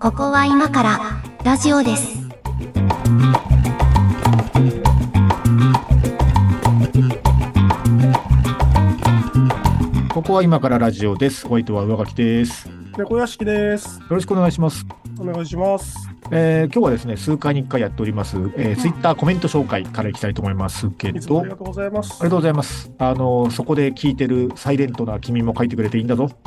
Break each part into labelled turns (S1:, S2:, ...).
S1: ここは今からラジオです。
S2: ここは今からラジオです。ホワイトは上書きです。よ
S3: 猫屋敷です。
S2: ろしくお願いします。
S3: お願いします。
S2: えー今日はですね、数回に1回やっております、え
S1: ん
S2: ツイッター Twitter コメント紹介からいきたいと思いますけ
S3: いつも
S2: ど、
S3: ありがとうございます。
S2: ありがとうございます。あの、そこで聞いてるサイレントな君も書いてくれていいんだぞ。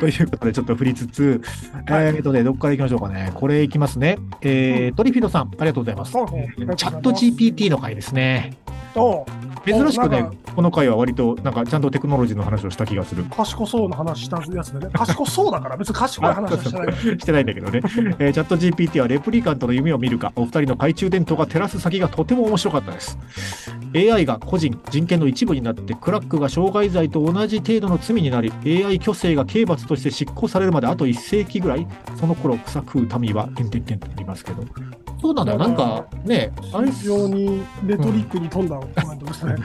S2: ということで、ちょっと振りつつ、えーとね、どこからいきましょうかね。これいきますね。えートリフィドさん、ありがとうございます。
S3: ありがとうございます
S2: チャット GPT の回ですね。
S3: おう
S2: 珍しく
S3: お
S2: ね
S3: なんか、
S2: この回は割と、なんかちゃんとテクノロジーの話をした気がする。
S3: 賢そうな話したやつでね。賢そうだから、別に賢い話はして ない。
S2: してないんだけどね、えーチャット GPT はレプリカントの夢を見るかお二人の懐中電灯が照らす先がとても面白かったです AI が個人人権の一部になってクラックが傷害罪と同じ程度の罪になり AI 虚勢が刑罰として執行されるまであと1世紀ぐらいその頃草食う民は点々点とありますけどそうなんだよなんかねあれ
S3: 非常にレトリックに富んだコメントですね。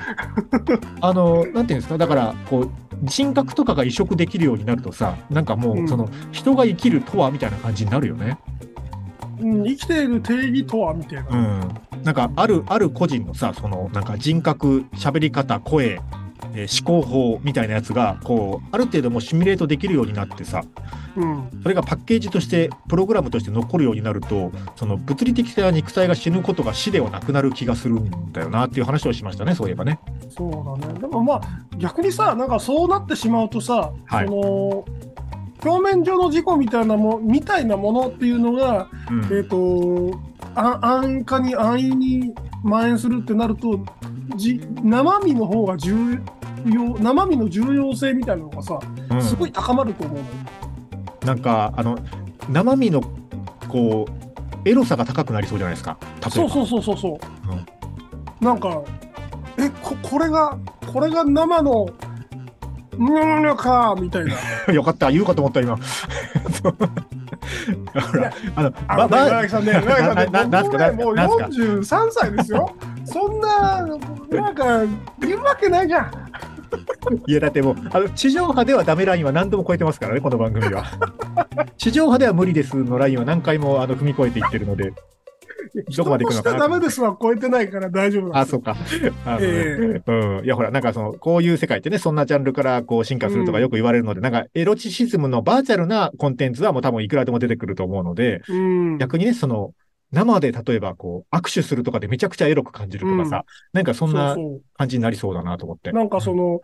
S2: あのなんていうんですかだからこう人格とかが移植できるようになるとさなんかもうその、人が生きるとはみたいな感じになるよね
S3: うん、生きている定義とはみたいな。
S2: うん、なんかあるある個人のさそのなんか人格喋り方声、えー思考法みたいなやつがこうある程度もうシミュレートできるようになってさ
S3: うん。
S2: それがパッケージとしてプログラムとして残るようになるとその物理的な肉体が死ぬことが死ではなくなる気がするんだよなっていう話をしましたねそういえばね。
S3: そうだね。でもまあ、逆にさ、なんかそうなってしまうとさ、
S2: はい
S3: その、表面上の事故みたいなもみたいなものっていうのが、
S2: うん
S3: えっ、とあ安価に安易に蔓延するってなるとじ生身の方が重要生身の重要性みたいなのがさ
S2: うん
S3: すごい高まると思うのよ、
S2: なんかあの生身のこうエロさが高くなりそうじゃないですか。例えば
S3: そうそうそうそうそう、なんかえここれがこれが生のうーんかみ たいな
S2: よかった言うかと思った今。 そうほらあのば
S3: あの
S2: ば
S3: ね岩崎さんね岩崎さん
S2: な
S3: ね
S2: ななんす
S3: 僕
S2: か
S3: ねもう
S2: なんすか
S3: 43歳で すよそんななんか言うわけないじゃん
S2: いやだってもうあの地上波ではダメラインは何度も超えてますからねこの番組 は地上波では無理ですのラインは何回もあの踏み越えていってるので どこまで行くのかな
S3: 人としてダメですは超えてないから大丈夫なん
S2: あ
S3: です
S2: そう
S3: よ
S2: かあの、ね
S3: え
S2: うんいやほらなんかそのこういう世界ってねそんなジャンルからこう進化するとかよく言われるので、なんかエロチシズムのバーチャルなコンテンツはもう多分いくらでも出てくると思うので
S3: うん
S2: 逆にねその生で例えばこう握手するとかでめちゃくちゃエロく感じるとかさ、なんかそんな
S3: そう
S2: 感じになりそうだなと思って。
S3: そうなんかその、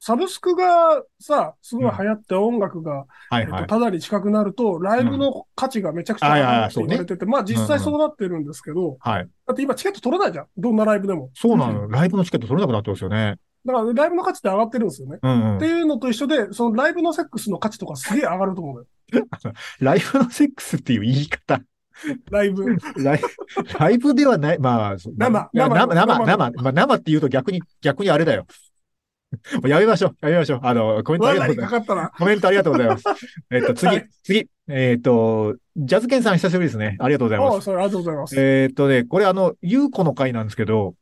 S3: サブスクがさ、すごい流行って音楽が、
S2: はい
S3: えっ
S2: は
S3: と
S2: い。
S3: ただに近くなると、ライブの価値がめちゃくちゃ上がるって言われてて、まあ実際そうなってるんですけど、
S2: はい。
S3: だって今チケット取れないじゃん。どんなライブでも。
S2: そうなのよ。ライブのチケット取れなくなってますよね。
S3: だからライブの価値って上がってるんですよね。
S2: うん、う
S3: っ
S2: ん
S3: て。いうのと一緒で、そのライブのセックスの価値とかすげえ上がると思うのよ。
S2: ライブのセックスっていう言い 方。
S3: ライブ。
S2: ライライブではない。まあ、そう
S3: 生
S2: いや生、
S3: 生
S2: 生、
S3: 生
S2: 生。まあ、生って言うと逆に、逆にあれだよ。 もうやめましょう。やめましょう。あの、コメントありがと
S3: 罠
S2: うござ
S3: に
S2: い
S3: か
S2: ます。
S3: かったら。
S2: コメントありがとうござい ます。えっと、次、
S3: はい
S2: 次。えっ、と、ジャズケンさん久しぶりですね。ありがとうございます
S3: おう。それありがとうございます。
S2: えっ、とね、これあの、ゆうこの回なんですけど、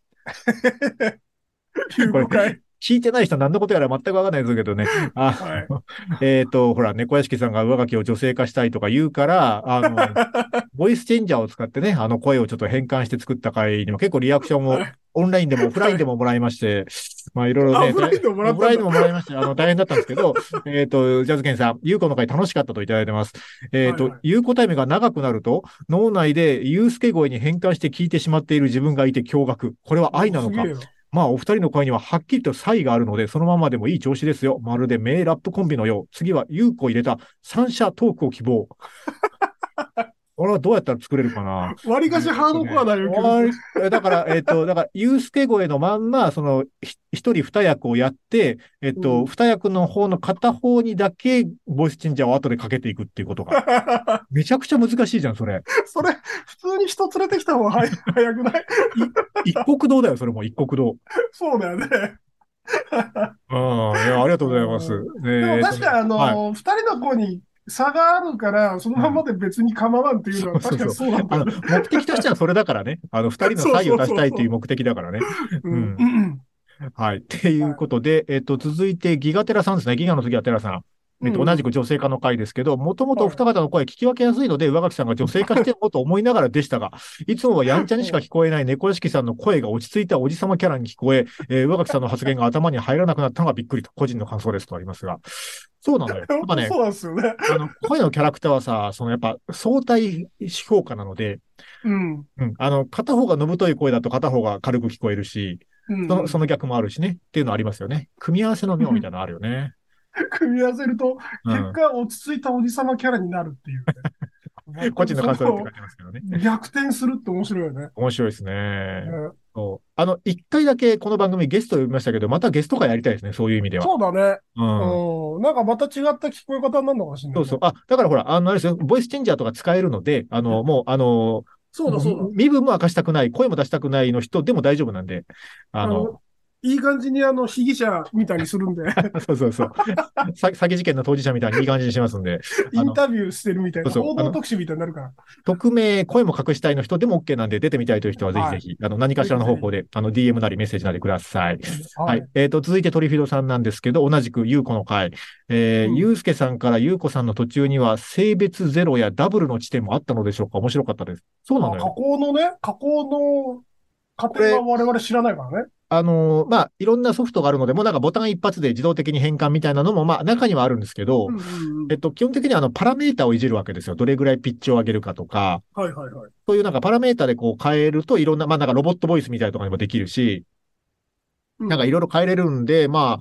S3: いう
S2: これ
S3: 誤解
S2: 聞いてない人は何のことやら全くわかんないですけどね。あ
S3: はい
S2: えっと、ほら、猫屋敷さんが上書きを女性化したいとか言うから、あ の、ボイスチェンジャーを使ってね、あの声をちょっと変換して作った回にも結構リアクション も
S3: はい
S2: オンラインでもオフラインでももらいまして、まあいろいろね、
S3: あオフラインでももらった
S2: オフライ
S3: んだ
S2: ンでももらいまして、あの大変だったんですけ ど、えっと、ジャズケンさん、ゆうこの回楽しかったといただいてます。えっ、と、
S3: はいはい
S2: ゆうこタイムが長くなると、脳内でゆうすけ声に変換して聞いてしまっている自分がいて驚愕。これは愛なの
S3: す
S2: か
S3: げえよ
S2: まあ、お二人の声にははっきりと差異があるので、そのままでもいい調子ですよ。まるで名ラップコンビのよう。次は優子を入れた三者トークを希望。 これはどうやったら作れるかな。
S3: わりかしハードコアだよ、
S2: あだから、えっ、と、だから、ゆうすけ声のまんま、その、ひ一人二役をやって、えっ、
S3: う
S2: と、
S3: ん
S2: 二役の方の片方にだけ、ボイスチェンジャーを後でかけていくっていうことが。 めちゃくちゃ難しいじゃん、それ。
S3: それ、普通に人連れてきた方が早い早くない
S2: 一国道だよ、それも、一国道。
S3: そうだよ
S2: う
S3: ね。
S2: ん、いや、ありがとうございます。
S3: で
S2: えー
S3: も
S2: と
S3: 確かにあの、
S2: はい
S3: 2人の子に差があるから、そのままで別に構わんっていうのは確かにそうなんだ
S2: あ
S3: よ
S2: の
S3: ね。
S2: 目的としてはそれだからね。あの、二人の差異を出したいという目的だからね。
S3: う
S2: うん
S3: ん
S2: はい。っていうことで、えっと、続いてギガテラさんですね。ギガの次はテラさん。えっと、同じく女性化の回ですけど、もともとお二方の声聞き分けやすいので、上垣さんが女性化してるのと思いながらでした が、いつもはやんちゃにしか聞こえない猫屋敷さんの声が落ち着いたおじさまキャラに聞こえ、えー上垣さんの発言が頭に入らなくなったのがびっくりと、個人の感想ですとありますが、 そうなのよ。やっぱね、
S3: そうなんですよね。
S2: あの、声のキャラクターはさ、そのやっぱ相対評価なので、
S3: うん。
S2: うん、あの、片方がのぶとい声だと片方が軽く聞こえるし、
S3: うん
S2: そのその逆もあるしね、っていうのありますよね。組み合わせの妙みたいなのあるよね。
S3: 組み合わせると、
S2: う
S3: 結
S2: ん。
S3: 果、落ち着いたおじさまキャラになるっていうね、
S2: 個人の感想って書いてますけどね。
S3: 逆転するって面白いよね。
S2: 面白いです
S3: う
S2: ね。
S3: ん
S2: そうあの、一回だけこの番組ゲスト呼びましたけど、またゲスト会やりたいですね、そういう意味では。
S3: そうだね、
S2: うん。
S3: うん。なんかまた違った聞こえ方になるのかもしれな
S2: そ
S3: いうね。
S2: そう。あ、だからほら、あの、あれですよ、ボイスチェンジャーとか使えるので、あの、もう、あの、
S3: そうだそうだ。
S2: 身分も明かしたくない、声も出したくないの人でも大丈夫なんで、あの、
S3: いい感じにあの被疑者みたいにするんで、
S2: そうそうそう。さ詐欺事件の当事者みたいにいい感じにしますんで、
S3: インタビューしてるみたいな、
S2: そうそう
S3: 報道特集みたいになるから。
S2: 匿名、声も隠したいの人でも OK なんで、出てみたいという人はぜひぜひ、あの、何かしらの方法で、あの、DM なりメッセージなりください。はい。えっ、と、続いてトリフィドさんなんですけど、同じくゆうこの回。えー
S3: うん
S2: ゆうすけさんからゆうこさんの途中には、性別ゼロやダブルの地点もあったのでしょうか面白かったです。そうなの
S3: あ加
S2: よ。
S3: 工のね、加工の過程は我々知らないからね。
S2: あのーまあ、いろんなソフトがあるので、もうなんかボタン一発で自動的に変換みたいなのも、まあ、中にはあるんですけど、
S3: うんうんうん
S2: えっと、基本的にはあの、パラメータをいじるわけですよ。どれぐらいピッチを上げるかとか、
S3: はいはいはい。
S2: そういうなんかパラメータでこう変えるといろんな、まあなんかロボットボイスみたいなとかにもできるし、
S3: うん
S2: なんかいろいろ変えれるんで、まあ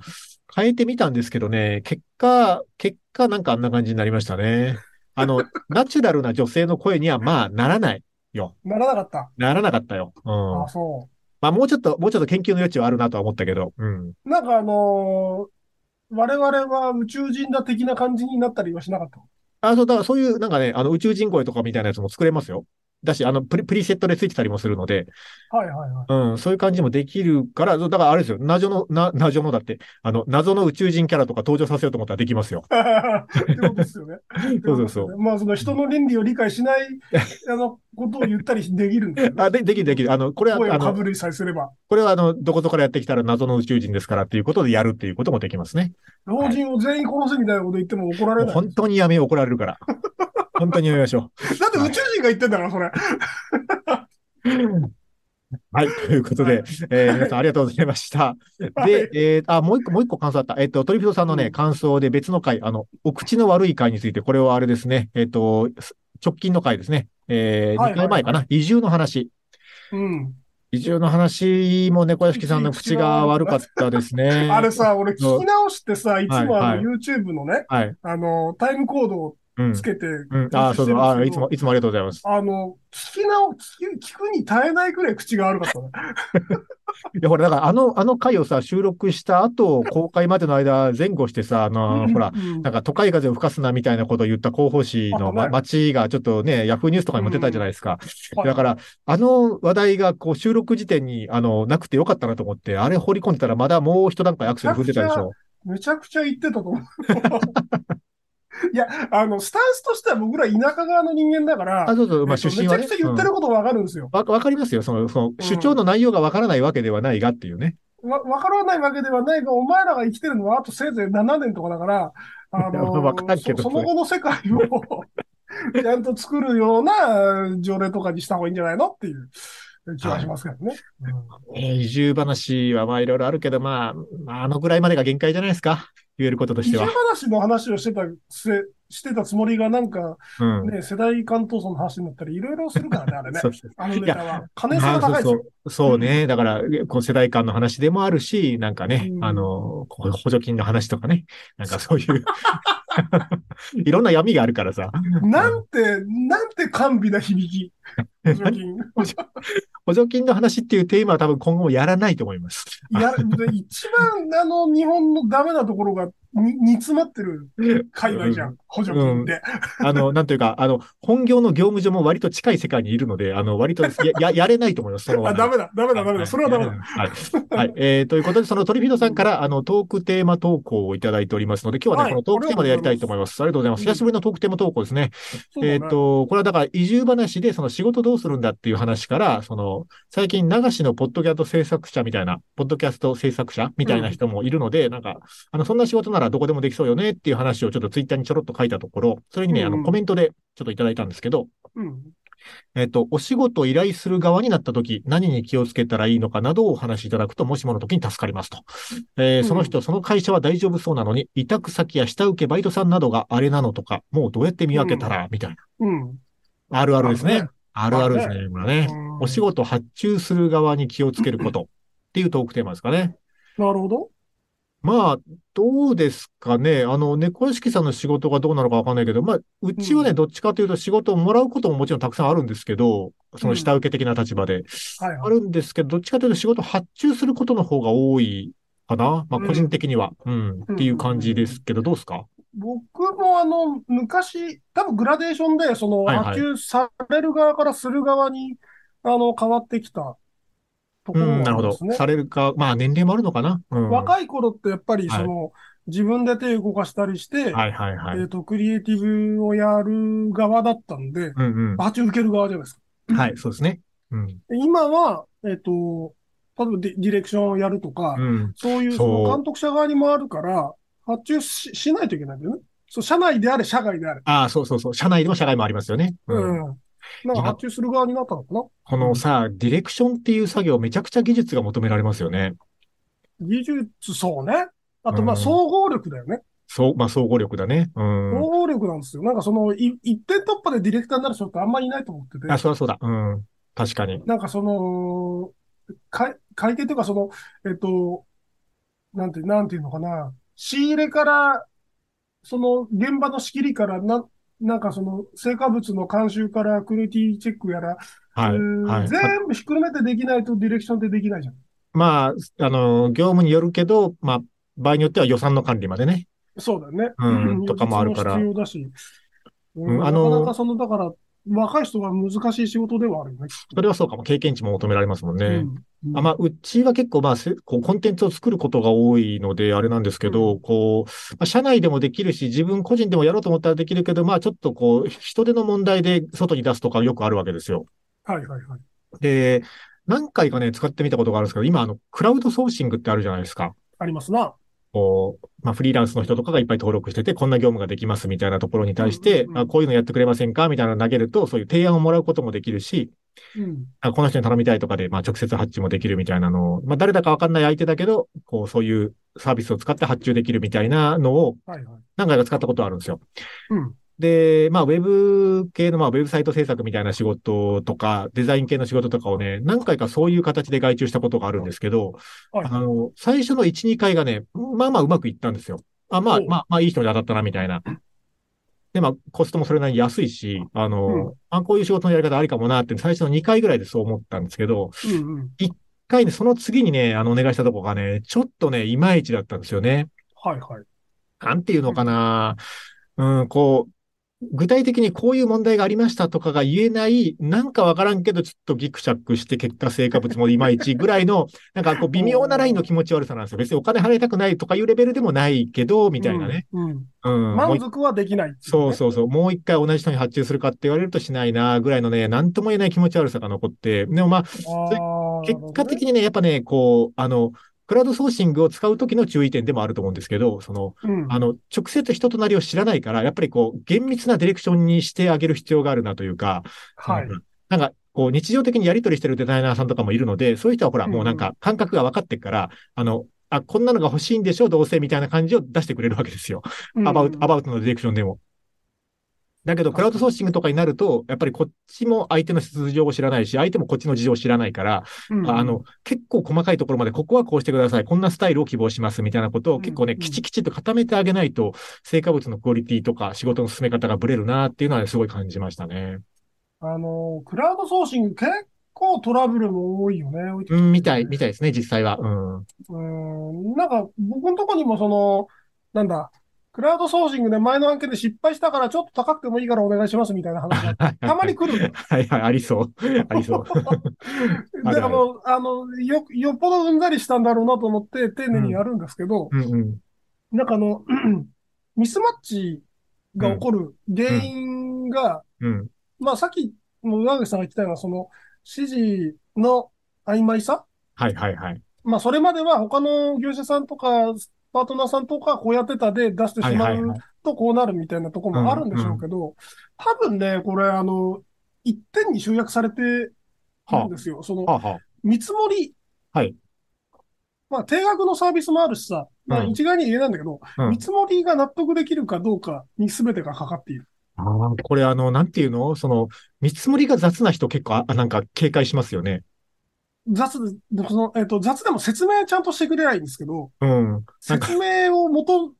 S2: 変えてみたんですけどね、結果、結果なんかあんな感じになりましたね。あの、 ナチュラルな女性の声にはまあならない。
S3: ならなかった。
S2: ならなかったよ。うん。
S3: あ、そ
S2: まあもうちょっと、もうちょっと研究の余地はあるなとは思ったけど、うん。
S3: う。なんかあのー我々は宇宙人だ的な感じになったりはしなかった。
S2: あ、そう、だからそういうなんかね、あの宇宙人声とかみたいなやつも作れますよ。だし、あの、プリプリセットでついてたりもするので、
S3: はいはいはい。
S2: うん、そういう感じもできるから、だからあれですよ、謎の、な、謎のだって、あの、謎の宇宙人キャラとか登場させようと思ったらできます よ。
S3: ってことですよね。
S2: そうそうそう
S3: まあ、その人の倫理を理解しない、あの、ことを言ったりできるん だよね。
S2: あ、で、できるできる。あの、これは、
S3: 声
S2: あ
S3: をか
S2: の、
S3: ぶりさえすれば。
S2: これはあの、どこぞからやってきたら謎の宇宙人ですからっていうことでやるっていうこともできます ね。
S3: 老人を全員殺せみたいなこと言っても怒
S2: も
S3: られ
S2: う
S3: ない。
S2: 本当にやめよう、怒られるから。本当にやめましょ
S3: だって宇宙人が言ってんだから、それ。
S2: う。はい、ということで、えー皆さんありがとうございました。で、えー、あ、もう一個、もう一個感想あった。えっ、と、トリフィドさんのね、
S3: うん
S2: 感想で別の回、あの、お口の悪い回について、これはあれですね、えっ、と、直近の回ですね。えー、
S3: はい
S2: 2回前かな、移住の話。
S3: うん。
S2: 移住の話も猫屋敷さんの口が悪かったですね。
S3: あれさ、俺
S2: そう
S3: 聞き直してさ、いつも
S2: は
S3: あ
S2: いは
S3: の YouTube のね、
S2: はい。
S3: あの、タイムコードを
S2: うん
S3: つ。けて、
S2: うん、ああ、そうそう。ああ、いつも、いつもありがとうございます。
S3: あの、聞き直、聞き聞くに耐えないくらい口が悪かったね。
S2: いや、ほら、だから、あの、あの回をさ、収録した 後、公開までの間、前後してさ、あの、ほら、
S3: うん
S2: なんか都会風を吹かすなみたいなことを言った広報誌の、ま、
S3: あはい
S2: 街がちょっとね、ヤフーニュースとかにも出たじゃないですか。だから、あの話題がこう収録時点にあのなくてよかったなと思って、あれ掘り込んでたらまだもう一段階アクセル踏んでたでしょ。
S3: めちゃくちゃ言ってたと思う。 いや、あの、スタンスとしては僕ら田舎側の人間だから、
S2: あ、そうそう、まあ
S3: えっと
S2: 出身はね。
S3: めちゃくちゃ言ってることわかるんですよ。
S2: わ、わかりますよ。その、その、主張の内容がわからないわけではないがっていうね。
S3: わ、わからないわけではないが、お前らが生きてるのはあとせいぜい7年とかだから、あの
S2: わかるけど
S3: そ、その後の世界をちゃんと作るような条例とかにした方がいいんじゃないのっていう気がしますけどね。
S2: えー移住話はまあいろいろあるけど、まあ、まああのぐらいまでが限界じゃないですか。言えることと
S3: 移
S2: して
S3: 住
S2: は。
S3: 話の話をしてたせ、してたつもりがなんか
S2: うん。
S3: ね、世代間闘争の話になったり、いろいろするからね、あれ ね
S2: そ。うそう
S3: あのネタは。可燃性が高いです
S2: そ
S3: よ
S2: う。そうそうね。だから、こう世代間の話でもあるし、なんかね、
S3: うん
S2: あの、こう補助金の話とかね。なんかそう いう、いろんな闇があるからさ。
S3: なんて、なんて甘美な 響き。補助金。
S2: 補助金の話っていうテーマは多分今後もやらないと思います。
S3: いや、一番あの日本のダメなところがに煮詰まってる界隈じゃん。補助金で。
S2: あの、なんというか、あの、本業の業務上も割と近い世界にいるので、あの、割とや、や、やれないと思います、その話
S3: あ、ダメだ、ダメだ、ダメだ、それはダメだ。
S2: はい。はい。えーということで、そのトリフィードさんから、あの、トークテーマ投稿をいただいておりますので、今日は
S3: は
S2: ね、
S3: い
S2: このトークテーマでやりたいと思います。ありがとうございます。久しぶりのトークテーマ投稿ですね。
S3: そうだね
S2: えっ、と、これはだから移住話で、その仕事どうするんだっていう話から、その、最近流しのポッドキャスト制作者みたいな、ポッドキャスト制作者みたいな人もいるので、なんか、あの、そんな仕事ならどこでもできそうよねっていう話をちょっとツイッターにちょろっと書いたところ、それにね、あ
S3: うんう
S2: の、
S3: ん
S2: コメントでちょっといただいたんですけど、
S3: うん。
S2: えっと、お仕事を依頼する側になったとき、何に気をつけたらいいのかなどをお話しいただくと、もしものときに助かりますと。えー
S3: うん
S2: その人、その会社は大丈夫そうなのに、委託先や下請けバイトさんなどがあれなのとか、もうどうやって見分けたら、みたい
S3: うん。
S2: な。あるあるですね。ある
S3: る
S2: あ
S3: あ
S2: るで
S3: る
S2: すね、これはね。
S3: うん
S2: お仕事発注する側に気をつけることっていうトークテーマですかね。
S3: なるほど。
S2: まあ、どうですかね。あの、猫屋敷さんの仕事がどうなのかわかんないけど、まあ、うちはね、
S3: う
S2: どっちかというと仕事をもらうことももちろんたくさんあるんですけど、その下請け的な立場で。
S3: はい
S2: あ
S3: はい。
S2: るんですけど、どっちかというと仕事を発注することの方が多いかな。まあ、
S3: うん
S2: 個人的には。うん。っていう感じですけど、どうですか
S3: 僕もあの、昔、多分グラデーションで、その、
S2: はいはい
S3: 発給される側からする側に、あの、変わってきたとこ
S2: う
S3: ろ
S2: ん、なる
S3: な
S2: ほ
S3: んで
S2: ど
S3: す。ね。
S2: されるか、まあ、年齢もあるのかな。うん。は
S3: 若い頃ってやっぱり、その、自分で手動かしたりして
S2: い、はいはい。
S3: えっと、クリエイティブをやる側だったんで、
S2: うん
S3: 発注受ける側じゃないですか。
S2: うん。はい、そうですね。うん。
S3: で今は、えっと、例えばディディレクションをやるとか、
S2: うん。
S3: そういう
S2: そ
S3: そうの監督者側にもあるから、発注ししないといけないんだよね。そう、社内であれ、社外であれ。
S2: ああ、そうそうそう。社内でも社外もありますよね。
S3: う
S2: うん。
S3: ん。なんか発注する側になったのかな
S2: このさ、ディレクションっていう作業、めちゃくちゃ技術が求められますよね。
S3: 技術、そうね。あと、ま
S2: う
S3: あ、
S2: ん
S3: 総合力だよね。
S2: そう、まあ、総合力だね。うん。
S3: 総合力なんですよ。なんかその、い一点突破でディレクターになる人ってあんまりいないと思ってて、
S2: あ、そりゃそうだ。うん。確かに。
S3: なんかその、か会計というか、その、えっと、なんて、なんていうのかな。仕入れから、その、現場の仕切りから、な、なんかその、成果物の監修から、クオリティチェックやら、
S2: はい。
S3: うん
S2: はい。
S3: 全部ひっくるめてできないとディレクションってできないじゃん。
S2: まあ、あの、業務によるけど、まあ、場合によっては予算の管理までね。
S3: そうだよね。
S2: うん
S3: 技術
S2: とかもあるから
S3: 必要だし。
S2: ん
S3: うん
S2: あ
S3: な
S2: の
S3: かなかその、だから、若い人が難しい仕事ではあるよね。
S2: それはそうかも。経験値も求められますもんね。
S3: うん
S2: あまあ、うちは結構、まあ、せこうコンテンツを作ることが多いので、あれなんですけど、
S3: う
S2: こう、まあ、社内でもできるし、自分個人でもやろうと思ったらできるけど、まあ、ちょっとこう、人手の問題で外に出すとかよくあるわけですよ。
S3: はいはいはい。
S2: で、何回かね、使ってみたことがあるんですけど、今、あの、クラウドソーシングってあるじゃないですか。
S3: ありますな。
S2: こう、まあ、フリーランスの人とかがいっぱい登録してて、こんな業務ができますみたいなところに対して、
S3: うんうんうん
S2: あこういうのやってくれませんかみたいなの投げると、そういう提案をもらうこともできるし、
S3: うん。
S2: あこの人に頼みたいとかで、まあ、直接発注もできるみたいなのを、まあ、誰だかわかんない相手だけど、こう、そういうサービスを使って発注できるみたいなのを
S3: はいはい。
S2: 何回か使ったことあるんですよ。
S3: うん。
S2: で、まあ、ウェブ系の、まあ、ウェブサイト制作みたいな仕事とか、デザイン系の仕事とかをね、何回かそういう形で外注したことがあるんですけど、
S3: はい
S2: あの、最初の1、2回がね、まあまあうまくいったんですよ。あ、まあ
S3: おう
S2: まあ、まあいい人に当たったな、みたいな。で、まあ、コストもそれなりに安いし、あの、
S3: うん
S2: あ、こういう仕事のやり方ありかもなって、最初の2回ぐらいでそう思ったんですけど、1
S3: うんうん。
S2: 回ね、その次にね、あの、お願いしたとこがね、ちょっとね、いまいちだったんですよね。
S3: はいはい。
S2: なんていうのかな。うん、こう、具体的にこういう問題がありましたとかが言えない、なんかわからんけど、ちょっとギクシャクして結果成果物もいまいちぐらいの、 なんかこう微妙なラインの気持ち悪さなんですよ。別にお金払いたくないとかいうレベルでもないけど、みたいなね。
S3: うん。うん
S2: うん。もう
S3: 満
S2: 一
S3: 足はできないってい
S2: そうう
S3: ね。
S2: そうそう。もう一回同じ人に発注するかって言われるとしないな、ぐらいのね、なんとも言えない気持ち悪さが残って。でもまあ、
S3: あー
S2: 結果的
S3: な
S2: にね、やっぱね、こう、あの、クラウドソーシングを使う時の注意点でもあると思うんですけど、その、
S3: るほどねうん
S2: あの、直接人となりを知らないから、やっぱりこう、厳密なディレクションにしてあげる必要があるなというか、
S3: はい。
S2: なんか、こう、日常的にやり取りしてるデザイナーさんとかもいるので、そういう人はほら、
S3: うんうん
S2: もうなんか、感覚が分かってっから、あの、あ、こんなのが欲しいんでしょどうせみたいな感じを出してくれるわけですよ。アバウト、ア
S3: バ
S2: バウトのディレクションでも。だけど、クラウドソーシングとかになると、やっぱりこっちも相手の出場を知らないし、相手もこっちの事情を知らないから、あの、結構細かいところまで、ここはこうしてください。こんなスタイルを希望します。みたいなことを
S3: うん
S2: 結構ね、
S3: うん
S2: きちきちと固めてあげないと、成果物のクオリティとか仕事の進め方がブレるなっていうのはねすごい感じましたね。
S3: あの、クラウドソーシング結構トラブルも多いよね。多いって
S2: う
S3: 聞くよね
S2: ん、みたい、みたいですね、実際は。うん。
S3: うーん、なんか僕のとこにもその、なんだ、クラウドソーシングで前の案件で失敗したからちょっと高くてもいいからお願いしますみたいな話がたまに来るの。
S2: はいはい、ありそう。あり そう。あ
S3: だ
S2: る
S3: か
S2: あ
S3: ら
S2: る
S3: もう、あの、よ、よっぽどうんざりしたんだろうなと思って丁寧にやるんですけど、
S2: うんうん。
S3: なんかあの、 ミスマッチが起こる原因が、
S2: うん。
S3: まあさっき、もう、上口さんが言ってたような、その、指示の曖昧さ
S2: はいはいはい。
S3: まあそれまでは他の業者さんとか、パートナーさんとか、こうやってたで出してし
S2: はい
S3: ま
S2: は
S3: う
S2: いはい。
S3: とこうなるみたいなとこもあるんでしょうけど、多分ね、これ、あの、一点に集約されてるん
S2: は
S3: ですよ。その
S2: あ、、はあ、はあ。
S3: 見積もり。
S2: はい。
S3: まあ、定額のサービスもあるしさ、まあ、
S2: うん
S3: 一概には言えないんだけど、
S2: うん
S3: 見積もりが納得できるかどうかに全てがかかっている。
S2: ああ、これあの、なんていうのその、見積もりが雑な人結構、あ、なんか警戒しますよね。
S3: 雑で、その、えっ、と、雑でも説明ちゃんとしてくれないんですけど、
S2: うん。なんか
S3: 説明を求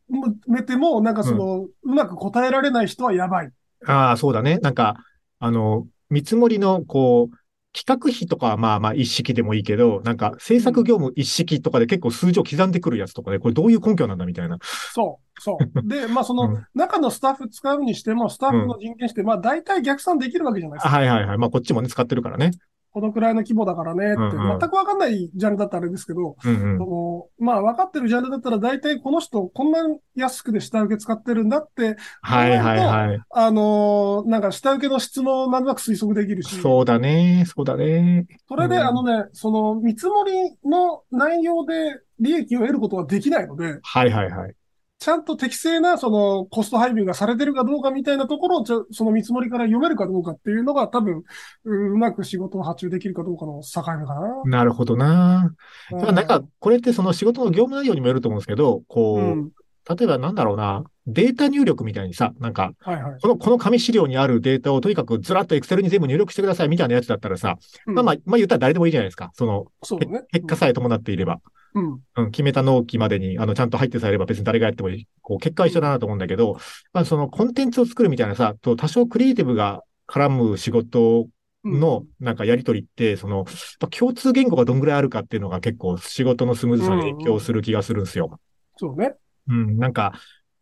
S3: めても、なんかその、うまく答えられない人はやばい。
S2: ああ、そうだね。なんか、あの、見積もりの、こう、企画費とかはまあまあ一式でもいいけど、なんか制作業務一式とかで結構数字を刻んでくるやつとかで、これどういう根拠なんだみたいな。
S3: そ う、そう。で、まあ、その、
S2: うん
S3: 中のスタッフ使うにしても、スタッフの人件して、まあ、大体逆算できるわけじゃないです
S2: あ
S3: か。
S2: はいはいはい。まあこっちもね、使ってるからね。
S3: このくらいの規模だからねって、
S2: うんうん
S3: 全くわかんないジャンルだったらあれですけど、
S2: うんうん。
S3: そのまあ、分かってるジャンルだったら、大体この人、こんな安くで下請け使ってるんだって、
S2: はいはいはい。
S3: あのーなんか下請けの質問をなんとなく推測できるし、
S2: そうだね。そうだね。
S3: それで、
S2: うん
S3: あのね、その見積もりの内容で利益を得ることはできないので、
S2: はいはいはい。
S3: ちゃんと適正なそのコスト配分がされてるかどうかみたいなところをちょ、その見積もりから読めるかどうかっていうのが多分、ううまく仕事を発注できるかどうかの境目かな。
S2: なるほどな。まあなん
S3: う
S2: か、これってその仕事の業務内容にもよると思うんですけど、こ
S3: う
S2: う、
S3: ん。
S2: 例えばなんだろうな。データ入力みたいにさ、なんか、
S3: はいはい。
S2: この、この紙資料にあるデータをとにかくずらっと Excel に全部入力してくださいみたいなやつだったらさ、
S3: うん
S2: まあまあ、まあ言ったら誰でもいいじゃないですか。その、
S3: そう
S2: け
S3: だね。
S2: 結果さえ伴っていれば。
S3: うん。
S2: うん、決めた納期までに、あの、ちゃんと入ってさえれば別に誰がやってもいい。こう、結果は一緒だなと思うんだけど、まあそのコンテンツを作るみたいなさ、と多少クリエイティブが絡む仕事
S3: うん、
S2: の、なんかやりとりって、その、やっぱ共通言語がどんぐらいあるかっていうのが結構仕事のスムーズさに影響する気がするんですよ。
S3: そうね。
S2: うん、なんか、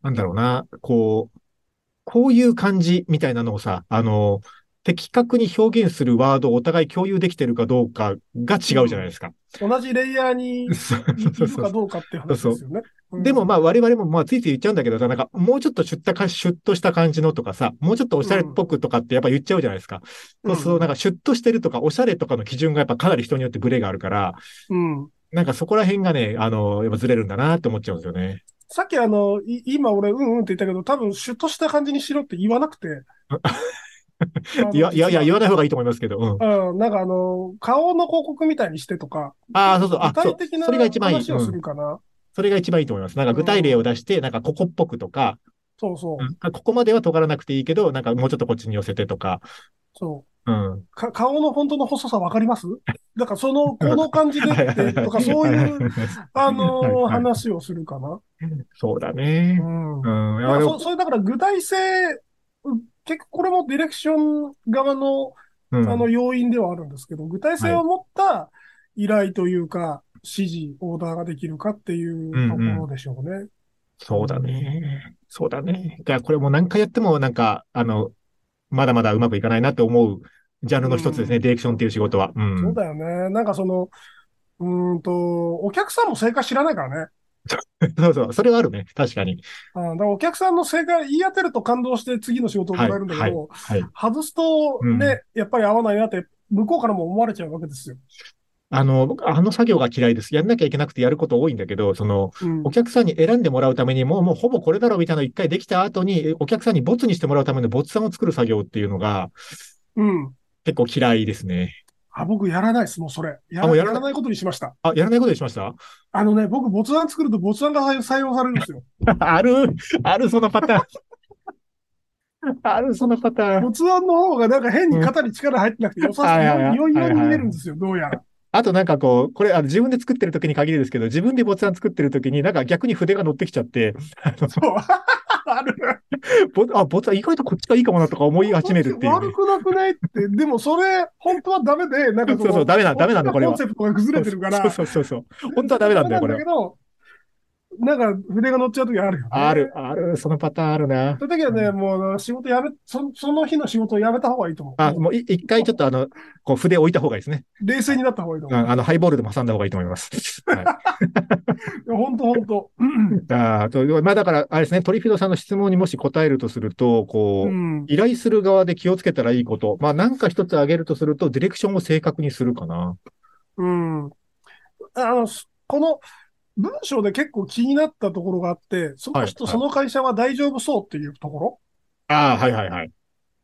S2: なんだろうな、こう、こういう感じみたいなのをさ、あの、的確に表現するワードをお互い共有できてるかどうかが違うじゃないですか。
S3: 同じレイヤーにい
S2: そう
S3: い
S2: そう
S3: る
S2: そ
S3: か
S2: う。
S3: どうかっていう話ですよね。うん
S2: でも、まあ我々もまあついつい言っちゃうんだけどさ、なんかもうちょっとシュッたか、シュッとした感じのとかさ、もうちょっとおしゃれっぽくとかってやっぱ言っちゃうじゃないですか。そうそう、なんかシュッとしてるとかおしゃれとかの基準がやっぱかなり人によってブレがあるから、
S3: うん。うん
S2: なんかそこら辺がね、あの、やっぱずれるんだなって思っちゃうんですよね。
S3: さっきあの、い今俺、うんうんって言ったけど、多分、シュッとした感じにしろって言わなくて。 あの
S2: いや、いやいや、言
S3: 実
S2: わない方がいいと思いますけど、うん。
S3: はうん、なんかあの、顔の広告みたいにしてとか、
S2: ああ、そうそう、あ、
S3: 具
S2: そう
S3: 体的な
S2: それが一番いい。
S3: 話を
S2: うん
S3: するかな。
S2: それが一番いいと思います。なんか具体例を出して、なんかここっぽくとか、
S3: そうそう、
S2: うんここまでは尖らなくていいけど、なんかもうちょっとこっちに寄せてとか、
S3: そう。
S2: うん。
S3: か顔の本当の細さわかります だからその、この感じ で
S2: はい
S3: っ
S2: はい
S3: て、
S2: はい
S3: とかそういう、。あの
S2: はいはい
S3: 話をするかな。
S2: そうだ
S3: う
S2: ね。
S3: ん。
S2: うん。い
S3: だか
S2: や
S3: ら
S2: で
S3: そ
S2: も
S3: そういう、だから具体性、うん結構これもディレクション側の、
S2: うん
S3: あの要因ではあるんですけど、具体性を持った依頼というか、指示、オーダーができるかっていうところでしょうね。
S2: そうだね。そうだね。いや、これもう何回やっても、なんか、あの、まだまだうまくいかないなって思うジャンルの一つですね。
S3: うん
S2: ディレクションっていう仕事は。うん。
S3: そうだよね。なんかその、うーんと、お客さんも正解知らないからね。
S2: そうそう。それはあるね。確かに。
S3: うん、だからお客さんの正解言い当てると感動して次の仕事をもらえるんだけど、
S2: はいはい。
S3: 外すとね、やっぱり合わないなって、向こうからも思われちゃうわけですよ。
S2: あの、僕、あの作業が嫌いです。やんなきゃいけなくてやること多いんだけど、その、
S3: うん
S2: お客さんに選んでもらうためにも、もうほぼこれだろうみたいなのを一回できた後に、お客さんにボツにしてもらうためのボツさんを作る作業っていうのが
S3: うん。
S2: 結構嫌いですね。
S3: あ、僕やらないです、もうそれ。や
S2: あも
S3: ら
S2: う
S3: や
S2: やらな
S3: らないことにしました。
S2: あ、やらないことにしました
S3: あのね、僕、没案作ると没案が採用されるんですよ。
S2: ある、ある、そのパターン。 ある、そのパター ン。
S3: 没案の方がなんか変に肩に力入ってなくて、よさ
S2: はいはいは
S3: す
S2: い
S3: よいよいよに見えるんですよ、どうや ら。
S2: あとなんかこう、これ、あの、自分で作ってる時に限りですけど、自分でボツさん作ってる時に、なんか逆に筆が乗ってきちゃって、
S3: そう。ある。
S2: ボあ、ボツさん意外とこっちがいいかもなとか思い始めるっていうね、
S3: 悪くなくないって。でもそれ、本当はダメで、なんか
S2: そうそうダメなダメなのこれは
S3: コンセプトが崩れてるから。
S2: そうそうそうそう。本当はダメなんだよ、これは。
S3: けど、なんか筆が乗っちゃうときあるよね。
S2: ある、ある、そのパターンあるな。
S3: そういう時はね、もう仕事やめ、そその日の仕事をやめた方がいいと思
S2: あ、
S3: う。
S2: もうい一回ちょっとあの、こう筆置いた方がいいですね。
S3: 冷静になった方がいいと
S2: うん
S3: 思う。
S2: あの、ハイボールでも挟んだ方がいいと思います。はい
S3: 本当本当。
S2: あーとまあだから、あれですね、トリフィードさんの質問にもし答えるとすると、こ
S3: う
S2: う、
S3: ん。
S2: 依頼する側で気をつけたらいいこと。まあなんか一つ挙げるとすると、ディレクションを正確にするかな。
S3: うん。あの、すこの文章で結構気になったところがあって、その人、
S2: はい
S3: その会社は大丈夫そうっていうところ。
S2: ああ、はいはいはい。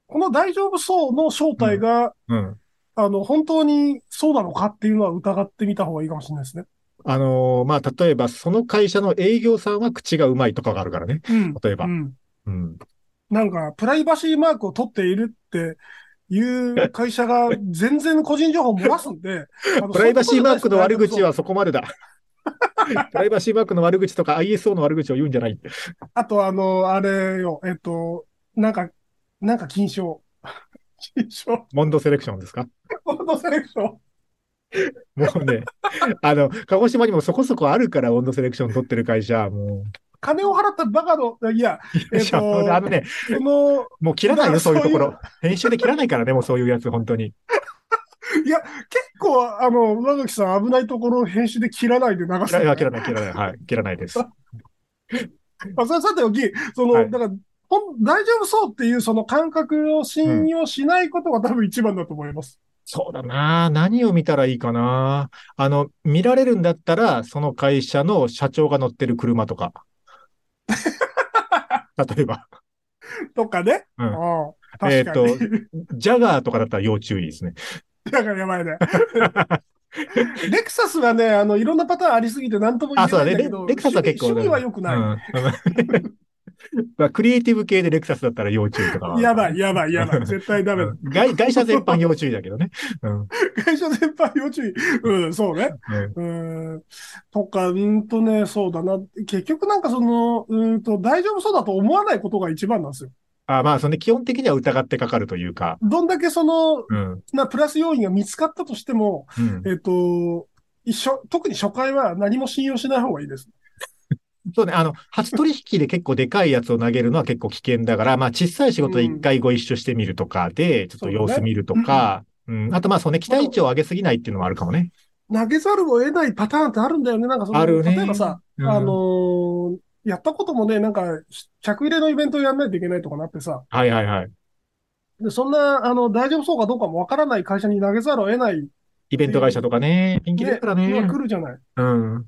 S3: この大丈夫そうの正体が、
S2: うん。
S3: あの、本当にそうなのかっていうのは疑ってみた方がいいかもしれないですね。
S2: あのーまあ例えば、その会社の営業さんは口がうまいとかがあるからね。
S3: うん
S2: 例えば
S3: うん。
S2: うん。
S3: なんか、プライバシーマークを取っているっていう会社が全然個人情報を漏らすんで、 あの
S2: プライバシーマークの悪口。
S3: そういうことじゃないです
S2: はそこまでだ。プライバシーマークの悪口とか ISO の悪口を言うんじゃないって。
S3: あと、あの、あれよ、えっと、なんか、なんか金 賞。金賞。
S2: モンドセレクションですか
S3: フォードセレクション。
S2: もうね、 あの、鹿児島にもそこそこあるから、温度セレクション取ってる会社、も
S3: 金を払ったバカの、いや、
S2: う。
S3: えっと
S2: あのね、
S3: その、
S2: もう切らないよ、
S3: だか
S2: そういう
S3: ら
S2: とこ
S3: そう
S2: ろ。編集で切らないからね、もうそういうやつ、本当に。
S3: 結構、あの、上垣さん危ないところを編集で切らないで流
S2: 切
S3: す。
S2: らない、切らない、切らない。はい、切らない です。
S3: まあ、それはさておき、その、
S2: はい
S3: だから、ほん大丈夫そうっていうその感覚を信用しないことが多分一番だと思います。
S2: そうだな何を見たらいいかなあの、見られるんだったら、その会社の社長が乗ってる車と か。例えば、
S3: とかね。
S2: うん
S3: ああ確かに。
S2: えジャガーとかだったら要注意ですね。
S3: だからやばいね。 レクサスはね、あの、いろんなパターンありすぎて何とも言え
S2: あ、そう
S3: な
S2: だ
S3: いん
S2: ね。
S3: だけ
S2: レ
S3: ど、
S2: レクサスは結構。
S3: 趣味趣味は良くな
S2: い。
S3: い。
S2: うん まあクリエイティブ系でレクサスだったら要注意とかは。
S3: やばい、やばい、やばい。絶対ダメ
S2: う
S3: だ。
S2: ん。外外車全般要注意だけどね。うん。
S3: 会社先輩要注意。うん、そうね。
S2: うん
S3: うん。とか、うんとね、そうだな。結局なんかその、うんと、大丈夫そうだと思わないことが一番なんですよ。
S2: あまあ、その基本的には疑ってかかるというか。
S3: どんだけその、
S2: うん。
S3: な、プラス要因が見つかったとしても、
S2: うん
S3: えっと、一緒、特に初回は何も信用しない方がいいです。
S2: そうね、あの、初取引で結構でかいやつを投げるのは結構危険だから、まあ、小さい仕事一回ご一緒してみるとかで、ちょっと様子見るとか、うん、あと、まあ、そうね、期待値を上げすぎないっていうのもあるかもね。
S3: 投げざるを得ないパターンってあるんだよね。なんかその、
S2: あるね
S3: 例えばさ、
S2: うん
S3: あのーやったこともね、なんか、客入れのイベントをやんないといけないとかなってさ、
S2: はいはいはい。
S3: で、そんな、あの、大丈夫そうかどうかもわからない会社に投げざるを得ない、ね、
S2: イベント会社とかね、ピンキリだからね。
S3: が来るじゃない。
S2: うん。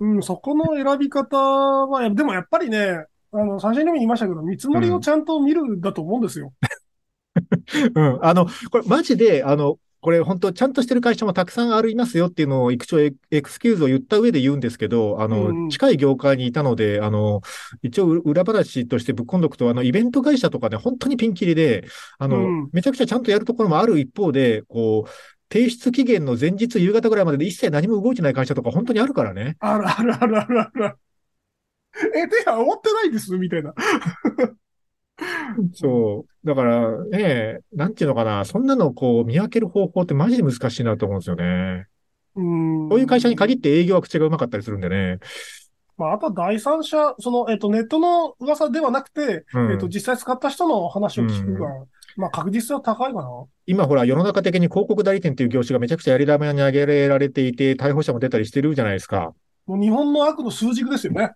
S3: うん、そこの選び方は、でもやっぱりね、あの、最初にも言いましたけど、見積もりをちゃんと見るんだと思うんですよ。
S2: うん。あの、これマジで、あの、これ本当ちゃんとしてる会社もたくさんありますよっていうのを、いくちょエエクスキューズを言った上で言うんですけど、あの、
S3: うんうん
S2: 近い業界にいたので、あの、一応裏話としてぶっ込んどくと、あの、イベント会社とかね、本当にピンキリで、あの、
S3: うん
S2: めちゃくちゃちゃんとやるところもある一方で、こう、提出期限の前日夕方ぐらいまでで一切何も動いてない会社とか本当にあるからね。
S3: あるあるあるあるある。え、手が終わってないですみたいな。
S2: そう。だから、ね、なんていうのかな、そんなのをこう見分ける方法ってマジで難しいなと思うんですよね。
S3: うん。
S2: そういう会社に限って営業は口がうまかったりするんでね。
S3: まあ、あとは第三者、その、えっと、ネットの噂ではなくて、
S2: うん
S3: えっと、実際使った人の話を聞くが、まあ、確実性は高いかな。
S2: 今ほら、世の中的に広告代理店という業種がめちゃくちゃやり玉に挙げられていて、逮捕者も出たりしてるじゃないです か。
S3: もう日本の悪の数軸ですよね。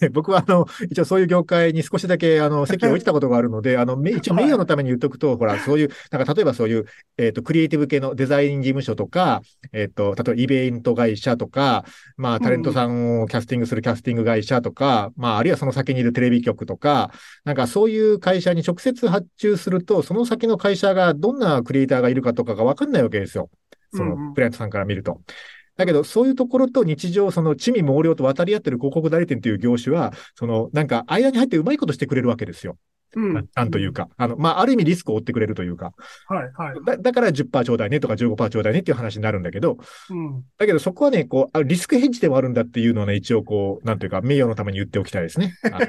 S2: で、僕はあの、一応そういう業界に少しだけあの、席を置いてたことがあるの で、あの、め一応名誉のために言っとくと、ほら、そういう、なんか例えばそういう、えっと、クリエイティブ系のデザイン事務所とか、えっと、例えばイベント会社とか、まあ、タレントさんをキャスティングするキャスティング会社とか、まあ、あるいはその先にいるテレビ局とか、なんかそういう会社に直接発注すると、その先の会社がどんなクリエイターがいるかとかがわかんないわけですよ。そ
S3: うんう
S2: の
S3: ん
S2: クライアントさんから見ると。だけど、そういうところと日常、その、地味猛量と渡り合ってる広告代理店という業種は、その、なんか、間に入ってうまいことしてくれるわけですよ。
S3: うん。
S2: ななんというか。あの、まあ、ある意味リスクを負ってくれるというか。
S3: はい、はい。
S2: だだから10%ちょうだいねとか15%ちょうだいねっていう話になるんだけど、
S3: うん。
S2: だけどそこはね、こう、あリスクヘッジでもあるんだっていうのはね、一応こ う、なんというか、名誉のために言っておきたいですね。あの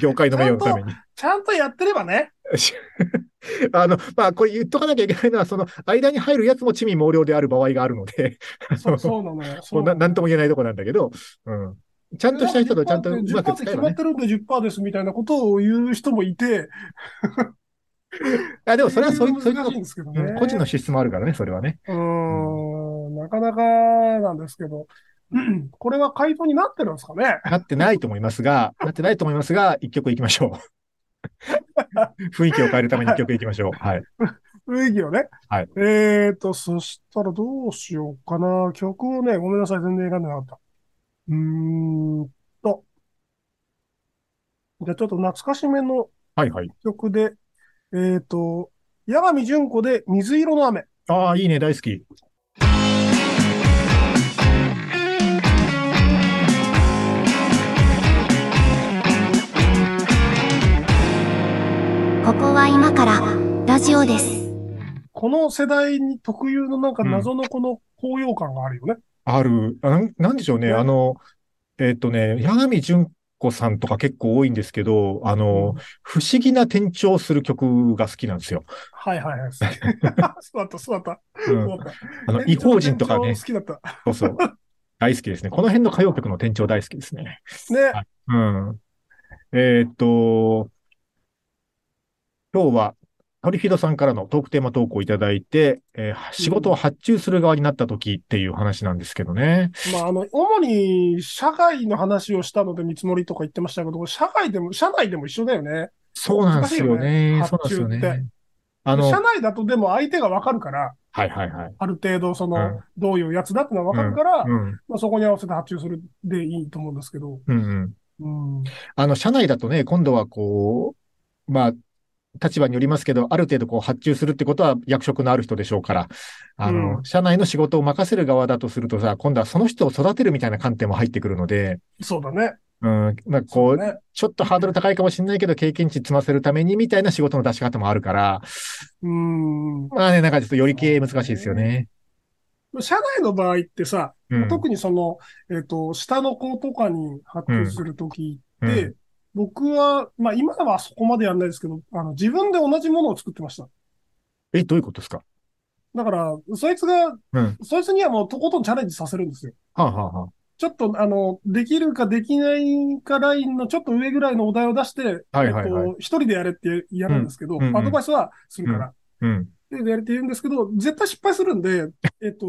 S2: 業界の名誉のために。
S3: ちゃんとやってればね。
S2: あの、まあ、これ言っとかなきゃいけないのは、その、間に入るやつも地味猛量である場合があるので、
S3: そ うそうなのよ。そ
S2: も
S3: う
S2: うな
S3: なの
S2: なんとも言えないとこなんだけど、うん。ちゃんとした人とちゃんとうまく使え
S3: 10%
S2: ば
S3: っ
S2: ね。
S3: て決まってるんで10%ですみたいなことを言う人もいて、
S2: あ、でもそれはそういう、そういう
S3: 難
S2: の
S3: しいんですけど
S2: う
S3: ね
S2: ん。個人の資質もあるからね、それはね。
S3: うーん、なかなかなんですけど、 うんこれは回答になってるんですかね
S2: なってないと思いますが、なってないと思いますが、一曲いきましょう。 雰囲気を変えるために一曲いきましょう。はい。
S3: 雰囲気をね。
S2: はい
S3: えーと、そしたらどうしようかな。曲をね、ごめんなさい、全然選んでなかった。うーんと。じゃあちょっと懐かしめの
S2: はいはい。
S3: 曲で、えーと、矢上純子で水色の雨。
S2: ああ、いいね、大好き。
S1: ここは今からラジオです。
S3: この世代に特有のなんか謎のこの高揚感があるよね。
S2: ある、あなん、なんでしょうね。
S3: ね
S2: あの、えっとね、矢上純子さんとか結構多いんですけど、あの、不思議な転調する曲が好きなんです よ。
S3: はいはいはい。そうだった、そうだった。
S2: う
S3: そうんだった。
S2: あの、
S3: え
S2: 異邦人とかね
S3: ちょっ。と好き
S2: そ
S3: だっ
S2: う そう。大好きですね。この辺の歌謡曲の転調大好きですね。
S3: た。ね。
S2: うん。えーっと、今日は、トリフィードさんからのトークテーマ投稿いただいて、えー仕事を発注する側になった時っていう話なんですけどね。
S3: まあ、あの、主に社外の話をしたので見積もりとか言ってましたけど、これ社外でも、社内でも一緒だよね。
S2: そうなんですよね。
S3: 難しい
S2: そうなんですよ
S3: よね発注
S2: ね
S3: っ。
S2: あの、
S3: 社内だとでも相手がわかるから、
S2: はいはいはい。
S3: ある程度その、
S2: うん
S3: どういうやつだってのはわかるから、
S2: うん。
S3: まあ、そこに合わせて発注するでいいと思うんですけど。
S2: うんうん。
S3: うん。
S2: あの、社内だとね、今度はこう、まあ、立場によりますけど、ある程度こう発注するってことは役職のある人でしょうから、あの、
S3: うん
S2: 社内の仕事を任せる側だとするとさ、今度はその人を育てるみたいな観点も入ってくるので、
S3: そうだね。
S2: うん、なんかこ、
S3: そううだね。
S2: ちょっとハードル高いかもしれないけど、経験値積ませるためにみたいな仕事の出し方もあるから、
S3: うん。
S2: まあね、なんかちょっとより経営難しいですよね。
S3: 社内の場合ってさ、
S2: うん。
S3: 特にその、えっ、と、下の子とかに発注するとき
S2: う
S3: って、
S2: ん
S3: 僕は、まあ今はそこまでやんないですけど、あの、自分で同じものを作ってました。
S2: え、どういうことですか
S3: だから、そいつが、
S2: うん
S3: そいつにはもうとことんチャレンジさせるんですよ。
S2: はあ、はあは
S3: ちょっと、あの、できるかできないかラインのちょっと上ぐらいのお題を出して、
S2: あ、は
S3: え
S2: い
S3: っ
S2: はいはい。
S3: と、一人でやれってやるんですけど
S2: うんうんう、ん
S3: アドバイスはするから。
S2: うん。
S3: 一人でやれって言うんですけど、絶対失敗するんで、えっと、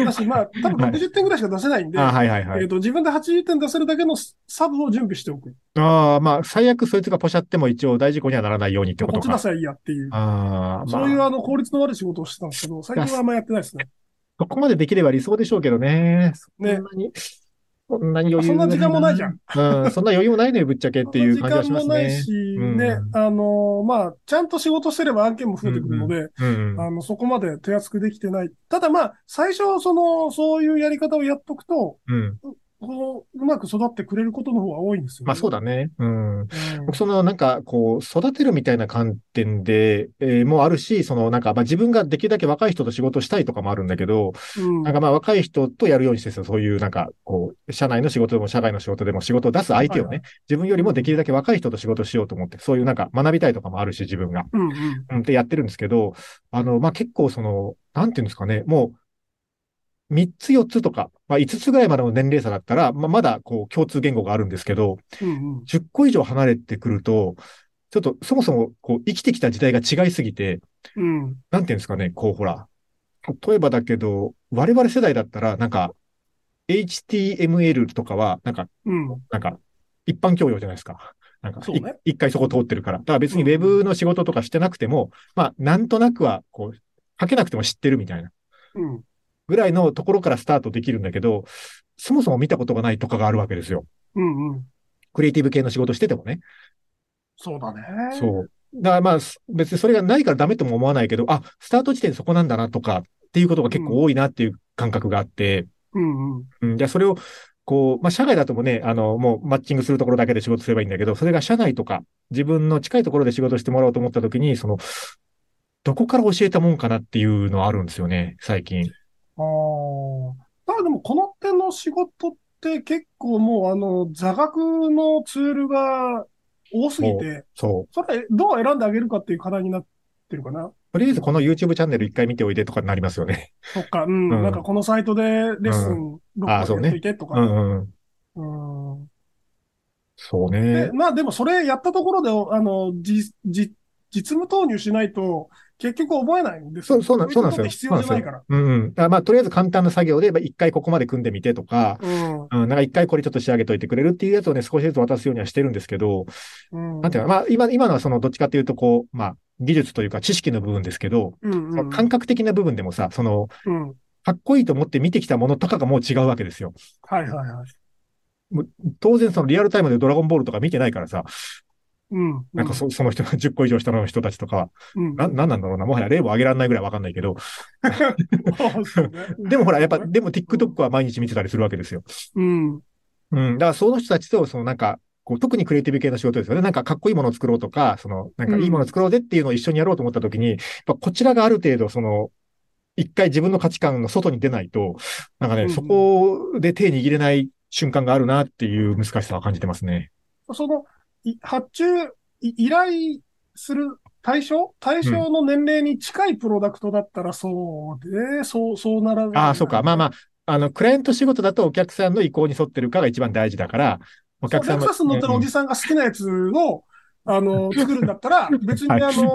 S3: 私、まあ、多分
S2: はい
S3: 60点ぐらいしか出せないんで、
S2: あはいはいは
S3: えっ
S2: い。
S3: と、自分で80点出せるだけのサブを準備しておく。
S2: ああ、まあ、最悪そいつがポシャっても一応大事故にはならないようにってこ
S3: ことっち出
S2: か。
S3: せばいいやっていう。
S2: ああ、ま
S3: そういう
S2: あ、
S3: あの効率の悪い仕事をしてたんですけど、最近はあんまやってないですね。
S2: そこまでできれば理想でしょうけどね。
S3: ね
S2: そんなに、そんなに余裕が
S3: そんな時間もないじゃん。
S2: うん、そんな余裕もないのよ、ぶっちゃけっていう感じはします
S3: 時間もない
S2: ね。
S3: し、
S2: うん
S3: ね、あの、まあ、ちゃんと仕事してれば案件も増えてくるので、
S2: うん。
S3: あの、そこまで手厚くできてない。ただまあ、最初、その、そういうやり方をやっとくと、
S2: うん。
S3: こう、うまく育ってくれることの方が多いんですよ、
S2: まあ、そう
S3: だ。
S2: だね。うん。僕、その、なんか、こう、育てるみたいな観点で、えーもあるし、その、なんか、まあ、自分ができるだけ若い人と仕事したいとかもあるんだけど、
S3: うん。
S2: なんか、まあ、若い人とやるようにしてるんですよ。そういう、なんか、こう、社内の仕事でも、社外の仕事でも、仕事を出す相手を
S3: はい
S2: ね、自分よりもできるだけ若い人と仕事しようと思って、そういう、なんか、学びたいとかもあるし、自分が。
S3: うんうん。
S2: うん、ってやってるんですけど、あの、まあ、結構、その、なんていうんですかね、もう、3つ4つとか、まあ、5つぐらいまでの年齢差だったら、まあ、まだ、こう、共通言語があるんですけど、
S3: うんうん。
S2: 10個以上離れてくると、ちょっとそもそもこう生きてきた時代が違いすぎて、
S3: うん。
S2: なんていうんですかね、こうほら、例えばだけど、我々世代だったら、なんか、HTML とかは、なんか、
S3: うん。
S2: なんか、一般教養じゃないですか。なんか、
S3: そう
S2: い
S3: ね
S2: 一回そこ通ってるから。だから別にウェブの仕事とかしてなくても、まあ、なんとなくは、こう、書けなくても知ってるみたいな
S3: うん。
S2: ぐらいのところからスタートできるんだけど、そもそも見たことがないとかがあるわけですよ。
S3: うんうん。
S2: クリエイティブ系の仕事しててもね。
S3: そうだね。
S2: そう。だからまあ、す別にそれがないからダメとも思わないけど、あ、スタート地点そこなんだなとかっていうことが結構多いなっていう感覚があって、
S3: うんうん。
S2: うん、じゃあそれを、こう、まあ、社外だともね、あの、もうマッチングするところだけで仕事すればいいんだけど、それが社内とか、自分の近いところで仕事してもらおうと思った時に、その、どこから教えたもんかなっていうのはあるんですよね、最近。
S3: ああ。ただでも、この手の仕事って結構もう、あの、座学のツールが多すぎて、
S2: そう。
S3: それどう選んであげるかっていう課題になってるかな。
S2: とりあえずこの YouTube チャンネル一回見ておいでとかになりますよ ね。
S3: とか、うん、
S2: うん
S3: なんかこのサイトでレッスン6
S2: あーそう
S3: 個
S2: ね
S3: やっといてと
S2: う
S3: か。
S2: んうん。
S3: うん
S2: そう
S3: で
S2: ね。
S3: まあでもそれやったところで、あの、じ、じ、実務投入しないと、結局覚えないんです
S2: そう、そうなん、そうなんですよ。
S3: 必要じゃないから。
S2: うんうん。あまあ、とりあえず簡単な作業で、まあ一回ここまで組んでみてとか、
S3: うん。
S2: うん、なんか一回これちょっと仕上げといてくれるっていうやつをね、少しずつ渡すようにはしてるんですけど、
S3: うん。
S2: なんていうの、まあ、今、今のはその、どっちかというと、こう、まあ、技術というか知識の部分ですけど、
S3: うん、
S2: そうの
S3: ん。
S2: 感覚的な部分でもさ、その、
S3: うん。はい
S2: かっこいいと思って見てきたものとかがもう違うわけですよ。
S3: はいはい。
S2: 当然、そのリアルタイムでドラゴンボールとか見てないからさ、
S3: うん。
S2: なんかそその人 が10個以上下の人たちとかは、
S3: うん。
S2: な、なんなんだろうな、もはや例も挙げられないぐらいわかんないけど、
S3: そうね
S2: でもほら、やっぱ、でも TikTok は毎日見てたりするわけですよ。
S3: うん。
S2: うん。だからその人たちと、そのなんか、こう、特にクリエイティブ系の仕事ですよね。なんかかっこいいものを作ろうとか、その、なんかいいものを作ろうぜっていうのを一緒にやろうと思ったときに、やっぱこちらがある程度、その、一回自分の価値観の外に出ないと、なんかね、
S3: うん
S2: そこで手握れない瞬間があるなっていう難しさは感じてますね。
S3: その、い発注、い依頼する対象対象の年齢に近いプロダクトだったらそうで、そう、そうならない。
S2: ああ、そうか。まあまあ、あの、クライアント仕事だとお客さんの意向に沿ってるかが一番大事だから、お
S3: そう
S2: 客さん
S3: レ
S2: の。
S3: クサス乗ってるおじさんが好きなやつを、あの、作るんだったら、別にあ
S2: はいはいはい
S3: の、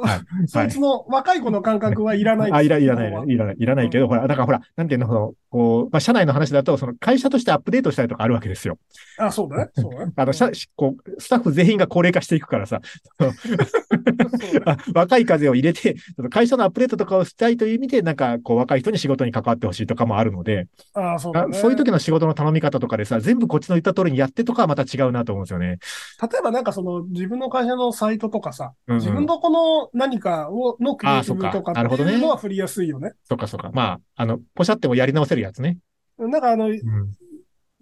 S2: はい
S3: そいつの若い子の感覚はいらない。
S2: あ、いらいらない、いらない、いらないけど、ほら、だからほら、なんていうの、その、こう、まあ、社内の話だと、その会社としてアップデートしたりとかあるわけですよ。
S3: あ、そうだね。そうだね。
S2: あの、社、こう、スタッフ全員が高齢化していくからさ、
S3: そうだね
S2: あ若い風を入れて、 その会社のアップデートとかをしたいという意味で、なんか、こう、若い人に仕事に関わってほしいとかもあるので、
S3: あ、そう
S2: あ
S3: だね。
S2: そういう時の仕事の頼み方とかでさ、全部こっちの言った通りにやってとかはまた違うなと思うんですよね。
S3: 例えばなんかその自分の会社のサイトとかさ、
S2: うんうん
S3: 自分のこの何かを、のクリエイティブ
S2: あそ
S3: と
S2: うか
S3: か
S2: なる
S3: っ
S2: ほ
S3: て
S2: どね
S3: いうのは振りやすいよね。
S2: そっかそっか。まあ、あの、ポシャってもやり直せるやつね。
S3: なんかあの、
S2: うん。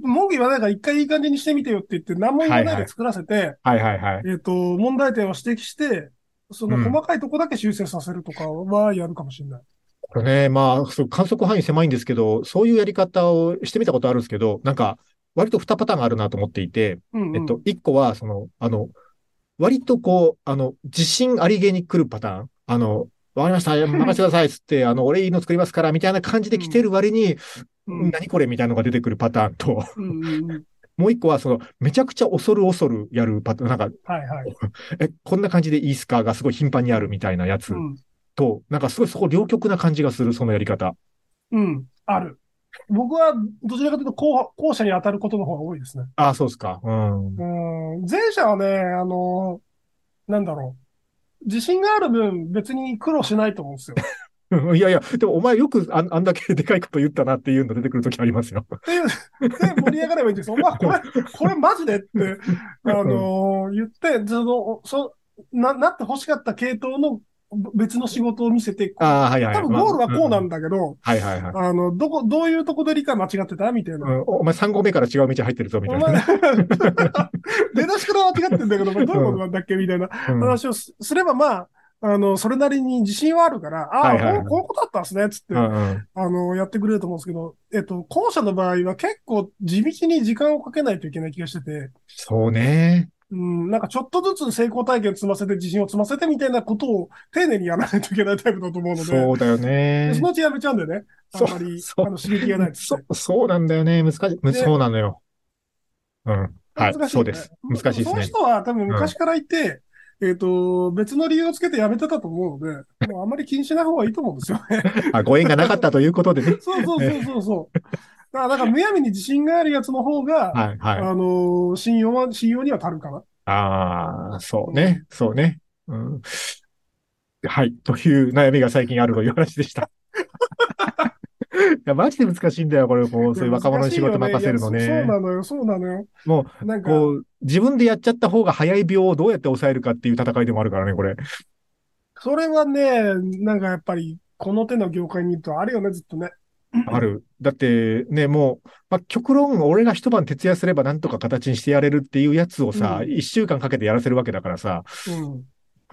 S3: 文句言わないから一回いい感じにしてみてよって言って何も言わないで作らせて、
S2: はいはいはい。
S3: えっ、と、問題点を指摘して、その
S2: うん
S3: 細かいとこだけ修正させるとかはやるかもしれない。
S2: これね、まあ、そう、観測範囲狭いんですけど、そういうやり方をしてみたことあるんですけど、なんか、割と2パターンあるなと思っていて、
S3: うん、うん。
S2: えっと、1個は、その、あの、割とこう、あの、自信ありげに来るパターン。あの、わかりました、任せてください、つって、あの、俺いいの作りますから、みたいな感じで来てる割に、
S3: うん、
S2: 何これみたいなのが出てくるパターンと、
S3: うん、うんうん。
S2: もう1個は、その、めちゃくちゃ恐る恐るやるパターン、なんか、
S3: はい はい。
S2: え、こんな感じでいいっすかがすごい頻繁にあるみたいなやつ
S3: うん。
S2: と、なんかすごいそこ両極な感じがする、そのやり方。
S3: うん。ある。僕はどちらかというと後、後者に当たることの方が多いですね。
S2: ああ、そうですか。うん。
S3: うん。前者はね、あの、なんだろう。自信がある分、別に苦労しないと思うんですよ。
S2: うんいやいや、でもお前よくあんあんだけでかいこと言ったなっていうの出てくるときあります よ。
S3: っていう、で、盛り上がればいいんですよ。お前、これ、これマジでって、あのー言って、その、そ、な、なって欲しかった系統の別の仕事を見せて、多
S2: ああ、はいはい。
S3: 分ゴールはこうなん
S2: だ。
S3: だけど、
S2: はいはいはい。
S3: あの、どこ、どういうとこで理解間違ってたみたいな。
S2: うんおお前3合目から違う道入ってるぞ、みた
S3: お
S2: いな
S3: 前
S2: ね。、
S3: 出だしから間違ってんだけど、お前どういうことなんだっけみたいな
S2: うん
S3: 話をすすれば、まあ、あの、それなりに自信はあるから、あ
S2: は
S3: あ、
S2: いはいはい
S3: こうこういうことだったんですね、つって、
S2: うんうん
S3: あの、やってくれると思うんですけど、えっと、後者の場合は結構地道に時間をかけないといけない気がしてて、
S2: そうね。
S3: うん、なんかちょっとずつ成功体験積ませて、自信を積ませてみたいなことを丁寧にやらないといけないタイプだと思うので、
S2: そうだよね
S3: でそ。のうちやめちゃうんだよね。あ
S2: そうん
S3: まり、
S2: そ
S3: あ
S2: う
S3: の、刺激がないっつ
S2: そ
S3: って。
S2: そうなんだよね。難しい。む
S3: で
S2: そうなのよ。うん。は
S3: 難
S2: い
S3: しい
S2: そ
S3: よね、
S2: うです。難しいで
S3: そ
S2: す
S3: の
S2: ね。
S3: 人は多分昔からいて、えっ、と、別の理由をつけてやめてたと思う ので、もうあんまり気にしない方がいいと思うんですよね。。
S2: あ、ご縁がなかったということでね
S3: そうそうそうそうそう。だから、なんかむやみに自信があるやつの方が、
S2: はいはい。
S3: あの信用は、信用には足るかな。
S2: ああ、そうね、そうね。うん、はい、という悩みが最近あるという話でした。 いや、マジで難しいんだよ、これ、こう、そういう若者に仕事任せるの
S3: いや難しいよ
S2: ね。
S3: いやそうなのよ、そうなのよ。
S2: も
S3: う、なんか、
S2: こう、自分でやっちゃった方が早い病をどうやって抑えるかっていう戦いでもあるからね、これ。
S3: それはね、なんかやっぱり、この手の業界にいるとあるよね、ずっとね。
S2: ある。だって、ね、もう、まあ、極論、俺が一晩徹夜すればなんとか形にしてやれるっていうやつをさ、
S3: うん
S2: 一週間かけてやらせるわけだからさ、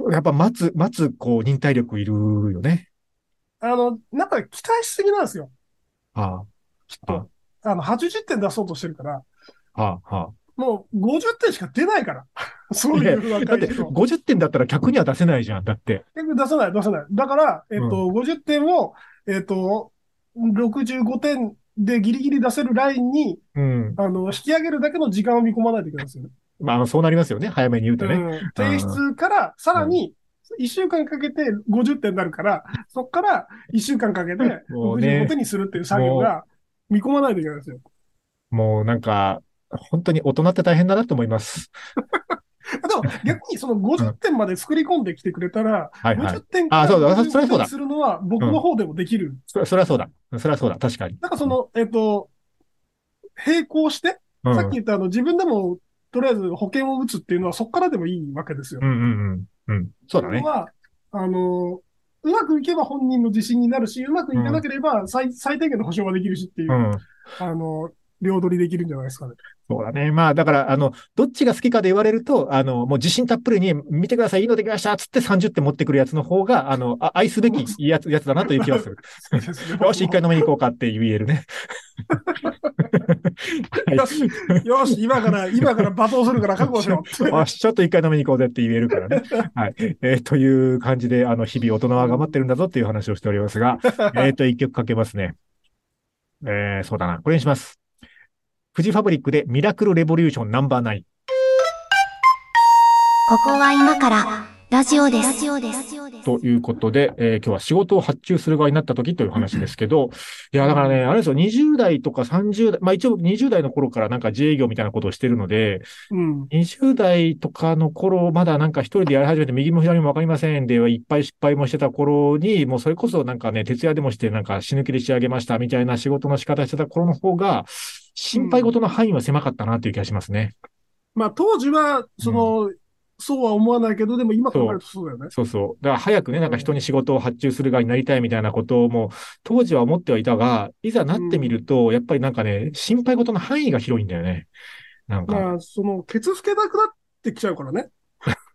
S3: うん。
S2: やっぱ待つ、待つ、こう、忍耐力いるよね。
S3: あの、なんか期待しすぎなんですよ。
S2: は
S3: あの、80点出そうとしてるから、
S2: あ、はあ、はあ。
S3: もう50点しか出ないから。 そういう
S2: だ
S3: 若
S2: っ
S3: い
S2: て
S3: 人。
S2: 50点だったら客には出せないじゃん。だって。
S3: 結局出さない、出さない。だから、えっと、50点を、えっと、65点でギリギリ出せるラインに、
S2: うん。
S3: あの、引き上げるだけの時間を見込まないといけないんですよね。
S2: まあ、そうなりますよね。早めに言うと
S3: う
S2: ね。
S3: ん提出から、さらに、1週間かけて50点になるから、そこから1週間かけて
S2: もうね
S3: 65点にするっていう作業が見込まないといけないんですよ。
S2: もうなんか、本当に大人って大変だなと思います。
S3: あでも逆にその50点まで作り込んできてくれたら、
S2: はいはい
S3: 50。点から
S2: あそうだそそれはそう
S3: 55点
S2: だ
S3: にするのは僕の方でもできる。
S2: そそりゃそうだ。そりゃそうだ。確かに。
S3: なんかその、えっと、並行して、
S2: うん、
S3: さっき言ったあの、自分でも、とりあえず保険を打つっていうのはそこからでもいいわけですよ
S2: う。んうんうん。うん。そうだね
S3: こ。れは、あの、うまくいけば本人の自信になるし、うまくいかなければ最,、最低限の保証はできるしっていう、
S2: うん。
S3: あの、両取りできるんじゃないですかね。
S2: そうだね。まあ、だから、あの、どっちが好きかで言われると、あの、もう自信たっぷりに、見てください、いいのできましたっつって30点持ってくるやつの方が、あの、あ愛すべきや つ、やつだなという気がする。 よし、一回飲みに行こうかって言える ね。
S3: よし、よし、今から、今から罵倒するから覚悟しろって。
S2: よし、ちょっと一回飲みに行こうぜって言えるからね。はい。えーという感じで、あの、日々大人は頑張ってるんだぞっていう話をしておりますが、えっと、一曲かけますね。えー、そうだな。これにします。富士ファブリックでミラクルレボリューションナンバーナイン。
S1: ここは今からラジオです。ラジオです。
S2: ということで、えー今日は仕事を発注する側になった時という話ですけど、いや、だからね、あれですよ、20代とか30代、まあ一応20代の頃からなんか自営業みたいなことをしてるので、
S3: うん。
S2: 20代とかの頃、まだなんか一人でやり始めて右も左もわかりませんで、いっぱい失敗もしてた頃に、もうそれこそなんかね、徹夜でもしてなんか死ぬ気で仕上げましたみたいな仕事の仕方してた頃の方が、心配事の範囲は狭かったなという気がしますね。
S3: まあ当時は、その、そうは思わないけど、でも今考えるとそうだよね。
S2: そうそう。だから早くね、なんか人に仕事を発注する側になりたいみたいなことをもう、当時は思ってはいたが、いざなってみると、やっぱりなんかね、心配事の範囲が広いんだよね。なんか。
S3: まあ、その、ケツ拭けなくなってきちゃうからね。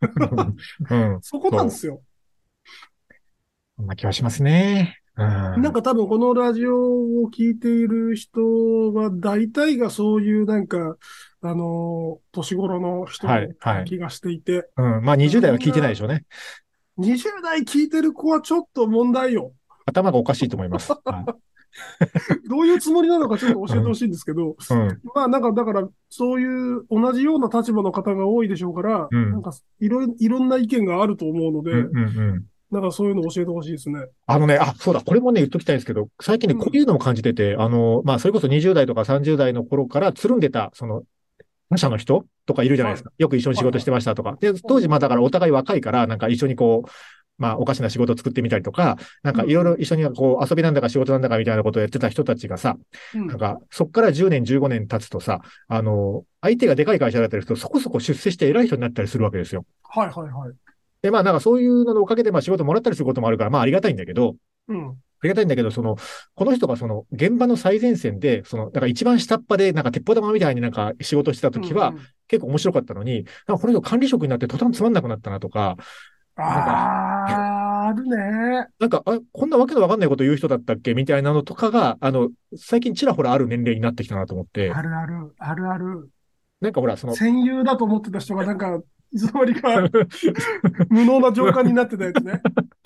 S2: うん。
S3: そこなんですよ。
S2: そんな気はしますね。うん。
S3: なんか多分このラジオを聞いている人は大体がそういうなんか、あのー年頃の人の
S2: はい、はい。
S3: 気がしていて、
S2: うん。まあ20代は聞いてないでしょうね。
S3: 20代聞いてる子はちょっと問題よ。
S2: 頭がおかしいと思い ます。はい
S3: どういうつもりなのかちょっと教えてほしいんですけ ど、
S2: うん。
S3: まあなんかだからそういう同じような立場の方が多いでしょうから、
S2: うん
S3: なんかいろいろいろんな意見があると思うので、
S2: うん、うん、うん。
S3: なんかそういうの教えてほしいですね。
S2: あのね、あ、そうだ、これもね、言っときたいんですけど、最近ね、
S3: うん
S2: こういうのも感じてて、あの、まあ、それこそ20代とか30代の頃からつるんでた、その、他社の人とかいるじゃないですか。よく一緒に仕事してましたとか。で、当時、まあ、だからお互い若いから、なんか一緒にこう、まあ、おかしな仕事を作ってみたりとか、なんかいろいろ一緒にこう、遊びなんだか仕事なんだかみたいなことをやってた人たちがさ、
S3: うん
S2: なんか、そっから10年、15年経つとさ、あの、相手がでかい会社だったりすると、そこそこ出世して偉い人になったりするわけですよ。
S3: はいはいはい。
S2: で、まあ、なんかそういうののおかげで、まあ、仕事もらったりすることもあるから、まあ、ありがたいんだけど、
S3: うん。
S2: ありがたいんだけど、その、この人がその、現場の最前線で、その、なんか一番下っ端で、なんか鉄砲玉みたいになんか仕事してた時は
S3: うん、うん、
S2: 結構面白かったのに、なんかこの人管理職になってとてもつまんなくなったなとか、
S3: あー、あるね。
S2: なんか、あ、こんなわけのわかんないこと言う人だったっけみたいなのとかが、あの、最近ちらほらある年齢になってきたなと思って、
S3: あるある、あるある。
S2: なんかほら、その、
S3: 戦友だと思ってた人がなんか、いつの間にか無能な上官になってたやつね。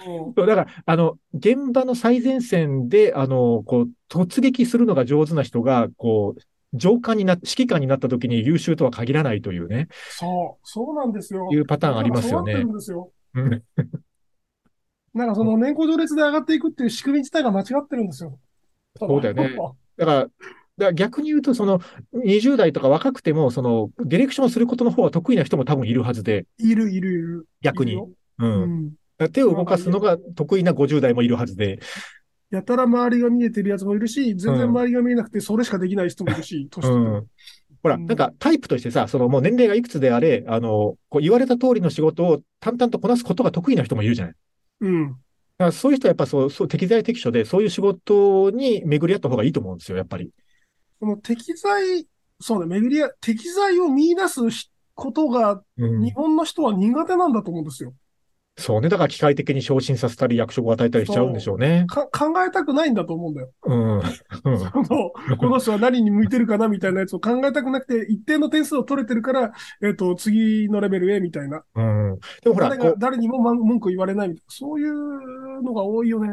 S3: うん
S2: そうだから、あの、現場の最前線で、あの、こう、突撃するのが上手な人が、こう、上官にな、指揮官になった時に優秀とは限らないというね、
S3: そう、そうなんですよ。
S2: いうパターンありますよ
S3: そうなって
S2: ね
S3: る。んですよ。
S2: うん
S3: なんかその年功序列で上がっていくっていう仕組み自体が間違ってるんですよ。
S2: そうだよねだから、だから逆に言うと、その、20代とか若くても、その、ディレクションすることの方が得意な人も多分いるはずで、
S3: いるいるいる。
S2: 逆
S3: いる
S2: に。
S3: よ
S2: う。
S3: うんん。
S2: 手を動かすのが得意な50代もいるはずで、
S3: やたら周りが見えてるやつもいるし、全然周りが見えなくてそれしかできない人もいるし、
S2: う
S3: 年取っても
S2: ん。ほら、
S3: うん
S2: なんかタイプとしてさ、そのもう年齢がいくつであれ、あの、こう言われた通りの仕事を淡々とこなすことが得意な人もいるじゃない。
S3: うん。
S2: だからそういう人はやっぱそう、そう、適材適所で、そういう仕事に巡り合った方がいいと思うんですよ、やっぱり。
S3: この適材、そうだ、巡り合い、適材を見出すしことが
S2: うん
S3: 日本の人は苦手なんだと思うんですよ。
S2: そうね。だから機械的に昇進させたり、役職を与えたりしちゃうんでしょうね。
S3: か考えたくないんだと思うんだよ。
S2: うん。うん
S3: その、この人は何に向いてるかなみたいなやつを考えたくなくて、一定の点数を取れてるから、えっ、と、次のレベルへみたいな。
S2: うん。でもほら、
S3: 誰
S2: こ
S3: が
S2: う、
S3: 誰にも文文句言われないみたいな。そういうのが多いよね。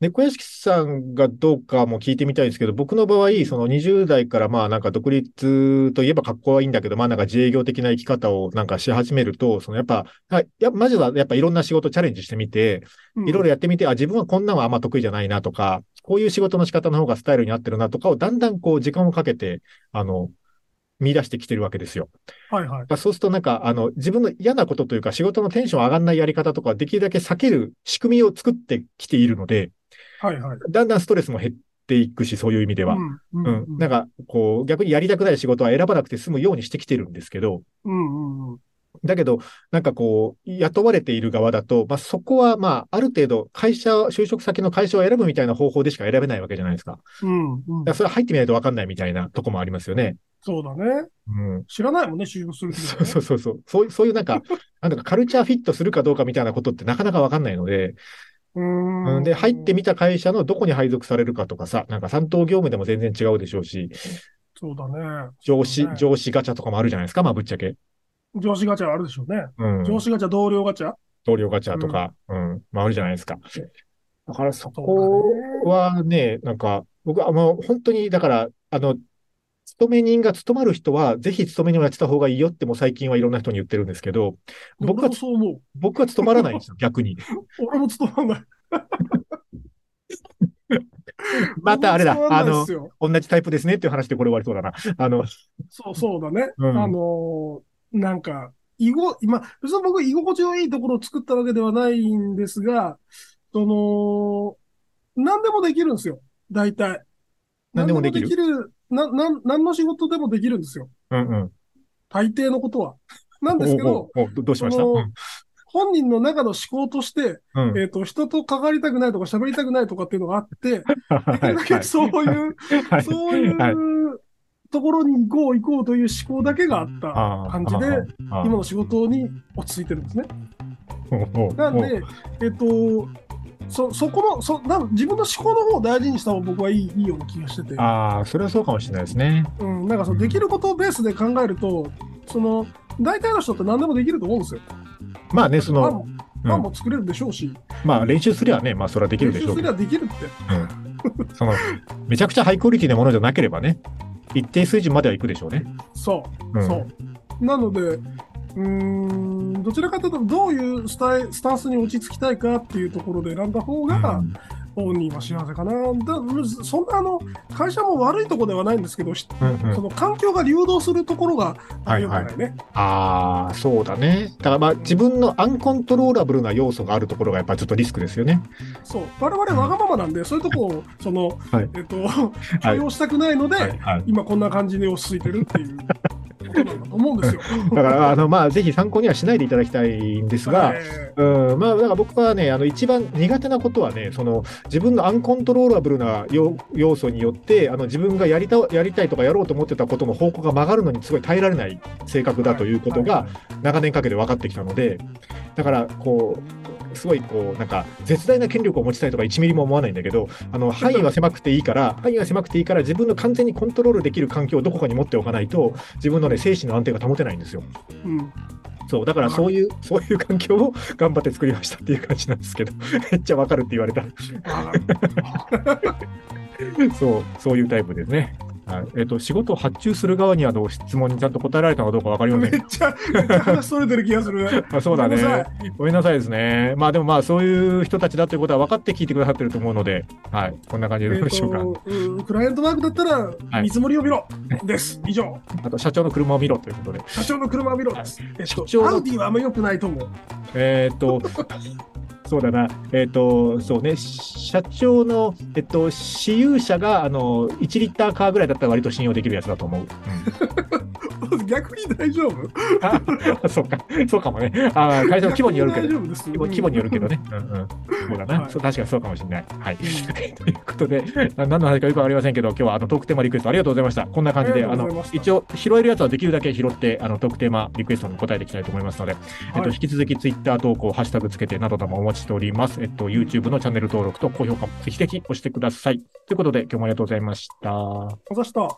S2: 猫屋敷さんがどうかも聞いてみたいですけど、僕の場合、その20代からまあなんか独立といえばかっこはいいんだけど、まあなんか自営業的な生き方をなんかし始めると、そのやっぱ、はい、や、まずはやっぱいろんな仕事チャレンジしてみて、
S3: うん
S2: いろいろやってみて、あ、自分はこんなんはあんま得意じゃないなとか、こういう仕事の仕方の方がスタイルに合ってるなとかをだんだんこう時間をかけて、あの、見出してきてるわけですよ。
S3: はいはい
S2: やっ。ぱそうするとなんか、あの、自分の嫌なことというか仕事のテンション上がんないやり方とかはできるだけ避ける仕組みを作ってきているので、
S3: はいはい。
S2: だんだんストレスも減っていくし、そういう意味では。
S3: うん。うん。
S2: う。
S3: うんん
S2: なんか、こう、逆にやりたくない仕事は選ばなくて済むようにしてきてるんですけど、
S3: うんうん。
S2: だけど、なんかこう、雇われている側だと、まあそこはまあ、ある程度、会社、就職先の会社を選ぶみたいな方法でしか選べないわけじゃないですか。だか
S3: うんうん
S2: ら。それ入ってみないとわかんないみたいなとこもありますよね。
S3: そうだね。
S2: うん。
S3: 知らないもんね、就職する時
S2: そうそうそうそう。そういう、そういうなんか、なんだかカルチャーフィットするかどうかみたいなことってなかなかわかんないので、
S3: う。
S2: うんん、で、入ってみた会社のどこに配属されるかとかさ、なんか担当業務でも全然違うでしょうし、
S3: そうだね。
S2: 上司
S3: そう、ね
S2: 上司ガチャとかもあるじゃないですか、まあぶっちゃけ。
S3: 上司ガチャあるでしょうね。
S2: うん。
S3: 上司ガチャ、同僚ガチャ。
S2: 同僚ガチャとか、うん、まああるじゃないですか。だからそ
S3: そう
S2: こはね、なんか、僕はもう本当に、だから、あの、勤め人が勤まる人は、ぜひ勤め人をやってた方がいいよってもう最近はいろんな人に言ってるんですけど、
S3: でも
S2: 僕
S3: 俺
S2: は
S3: も、そう思
S2: 僕は勤まらないん ですよ、逆に。
S3: う。俺も務まんない。
S2: またあれだ
S3: 俺も務まんないっすよ
S2: 同じタイプですねっていう話でこれ終わりそうだな。あの、
S3: そう、そうだね。
S2: うん
S3: あのーなんか、居ご、今、別に僕居心地のいいところを作ったわけではないんですが、その、何でもできるんですよ。大体。
S2: 何でもできる
S3: 何でもできる。な、なん、何の仕事でもできるんですよ。
S2: うんうん。
S3: 大抵のことは。なんですけど、
S2: おうおうおうどどうしました
S3: その
S2: うん
S3: 本人の中の思考として、
S2: うん。
S3: えっ、と、人と関わりたくないとか喋りたくないとかっていうのがあって、でき
S2: はい
S3: るだけそういう、
S2: はい
S3: そうい
S2: はいう
S3: ところに行こう行こうという思考だけがあった感じで、
S2: あー
S3: 今の仕事に落ち着いてるんですね。
S2: おうおう
S3: なんで、えっと、そ、そこの、そ、なん自分の思考の方を大事にした方が僕はいい、いいような気がしてて。
S2: ああ、それはそうかもしれないですね。
S3: うん、なんかそのできることをベースで考えると、その、大体の人って何でもできると思うんですよ。
S2: まあね、そ
S3: パ
S2: の
S3: ンも、、
S2: うん
S3: パンも作れるでしょうし、
S2: まあ練習すりゃね、まあそれはできる
S3: 練
S2: でし
S3: 習
S2: ょう
S3: す
S2: け
S3: れ
S2: ど、
S3: ばできるって。
S2: その、めちゃくちゃハイクオリティなものじゃなければね、一定水準まではいくでしょうね。
S3: そ
S2: う
S3: う。
S2: ん、
S3: そう。なので、うーん、どちらかというと、どういうスタイスタンスに落ち着きたいかっていうところで選んだ方が、
S2: ん
S3: 本人は幸せかな。だそんなあの、会社も悪いとこではないんですけど、ひ
S2: うんうん
S3: その環境が流動するところが
S2: はい
S3: 良くないね。
S2: ああ、そうだね。だからまあ自分のアンコントローラブルな要素があるところがやっぱちょっとリスクですよね。
S3: そう。我々わがままなんで、そういうとこを、その、
S2: い
S3: えっと、許容したくないので、
S2: はいはい
S3: 今こんな感じで落ち着いてるっていうことなんだと思うんですよ。
S2: だから、あの、まあ、ぜひ参考にはしないでいただきたいんですが、
S3: え
S2: うん、まあ、だから僕はね、あの、一番苦手なことはね、その、自分のアンコントローラブルな要要素によって、あの、自分がやりた、やりたいとかやろうと思ってたことの方向が曲がるのにすごい耐えられない性格だということが、長年かけて分かってきたので、だから、こう、すごいこうなんか絶大な権力を持ちたいとか1ミリも思わないんだけどあの範囲は狭くていいから範囲は狭くていいから自分の完全にコントロールできる環境をどこかに持っておかないと自分のね精神の安定が保てないんですよ。
S3: ーうん
S2: そう、だからそういう、そういう環境を頑張って作りましたっていう感じなんですけど、 めっちゃわかるって言われた。
S3: わかる
S2: そう、そういうタイプですね。はい、えっ、と、仕事を発注する側にあの質問にちゃんと答えられたかどうかわかりませ
S3: め
S2: んけ
S3: っちゃ、めっちゃ話それてる気がする。
S2: ど。あそうだ
S3: ごめんな
S2: ね
S3: さ。
S2: ごめんなさいですね。まあでもまあそういう人たちだということは分かって聞いてくださってると思うので、はい、こんな感じで
S3: え
S2: どう
S3: っ
S2: でしょうか。
S3: とうんクライアントワークだったら、
S2: い
S3: 見積もりを見ろです。以上、
S2: あと、社長の車を見ろということで。
S3: 社長の車を見ろです。えっ
S2: 社
S3: と
S2: 長、の
S3: アウディはあんま良くないと思う。
S2: えーっと、そうだな、えーっと、そうね、社長の、えっと、私有車が、あの、1リッターカーぐらいだったら割と信用できるやつだと思う。
S3: 逆に大丈夫
S2: そうか、そうかもね。あー会社の規模によるけど
S3: 大。丈夫です。
S2: 規模規模によるけど
S3: ね。
S2: ね。うんうん、そうだな、
S3: はい
S2: そう確かにそうかもしれない。はい、
S3: う
S2: ということで、な何の話かよくわかりませんけど、今日はあのトークテーマリクエストありがとうございました。こんな感じで、
S3: あ
S2: あ
S3: りがとうござい
S2: の
S3: ました
S2: 一応、拾えるやつはできるだけ拾って、あのトークテーマリクエストに答えていきたいと思いますので、えっと、
S3: はい
S2: 引き続きツイッター投稿、ハッシュタグつけてなどなどもお待ちしております。えっと、YouTube のチャンネル登録と高評価もぜひぜひ押してください。ということで、今日もありがとうございました。
S3: おざした。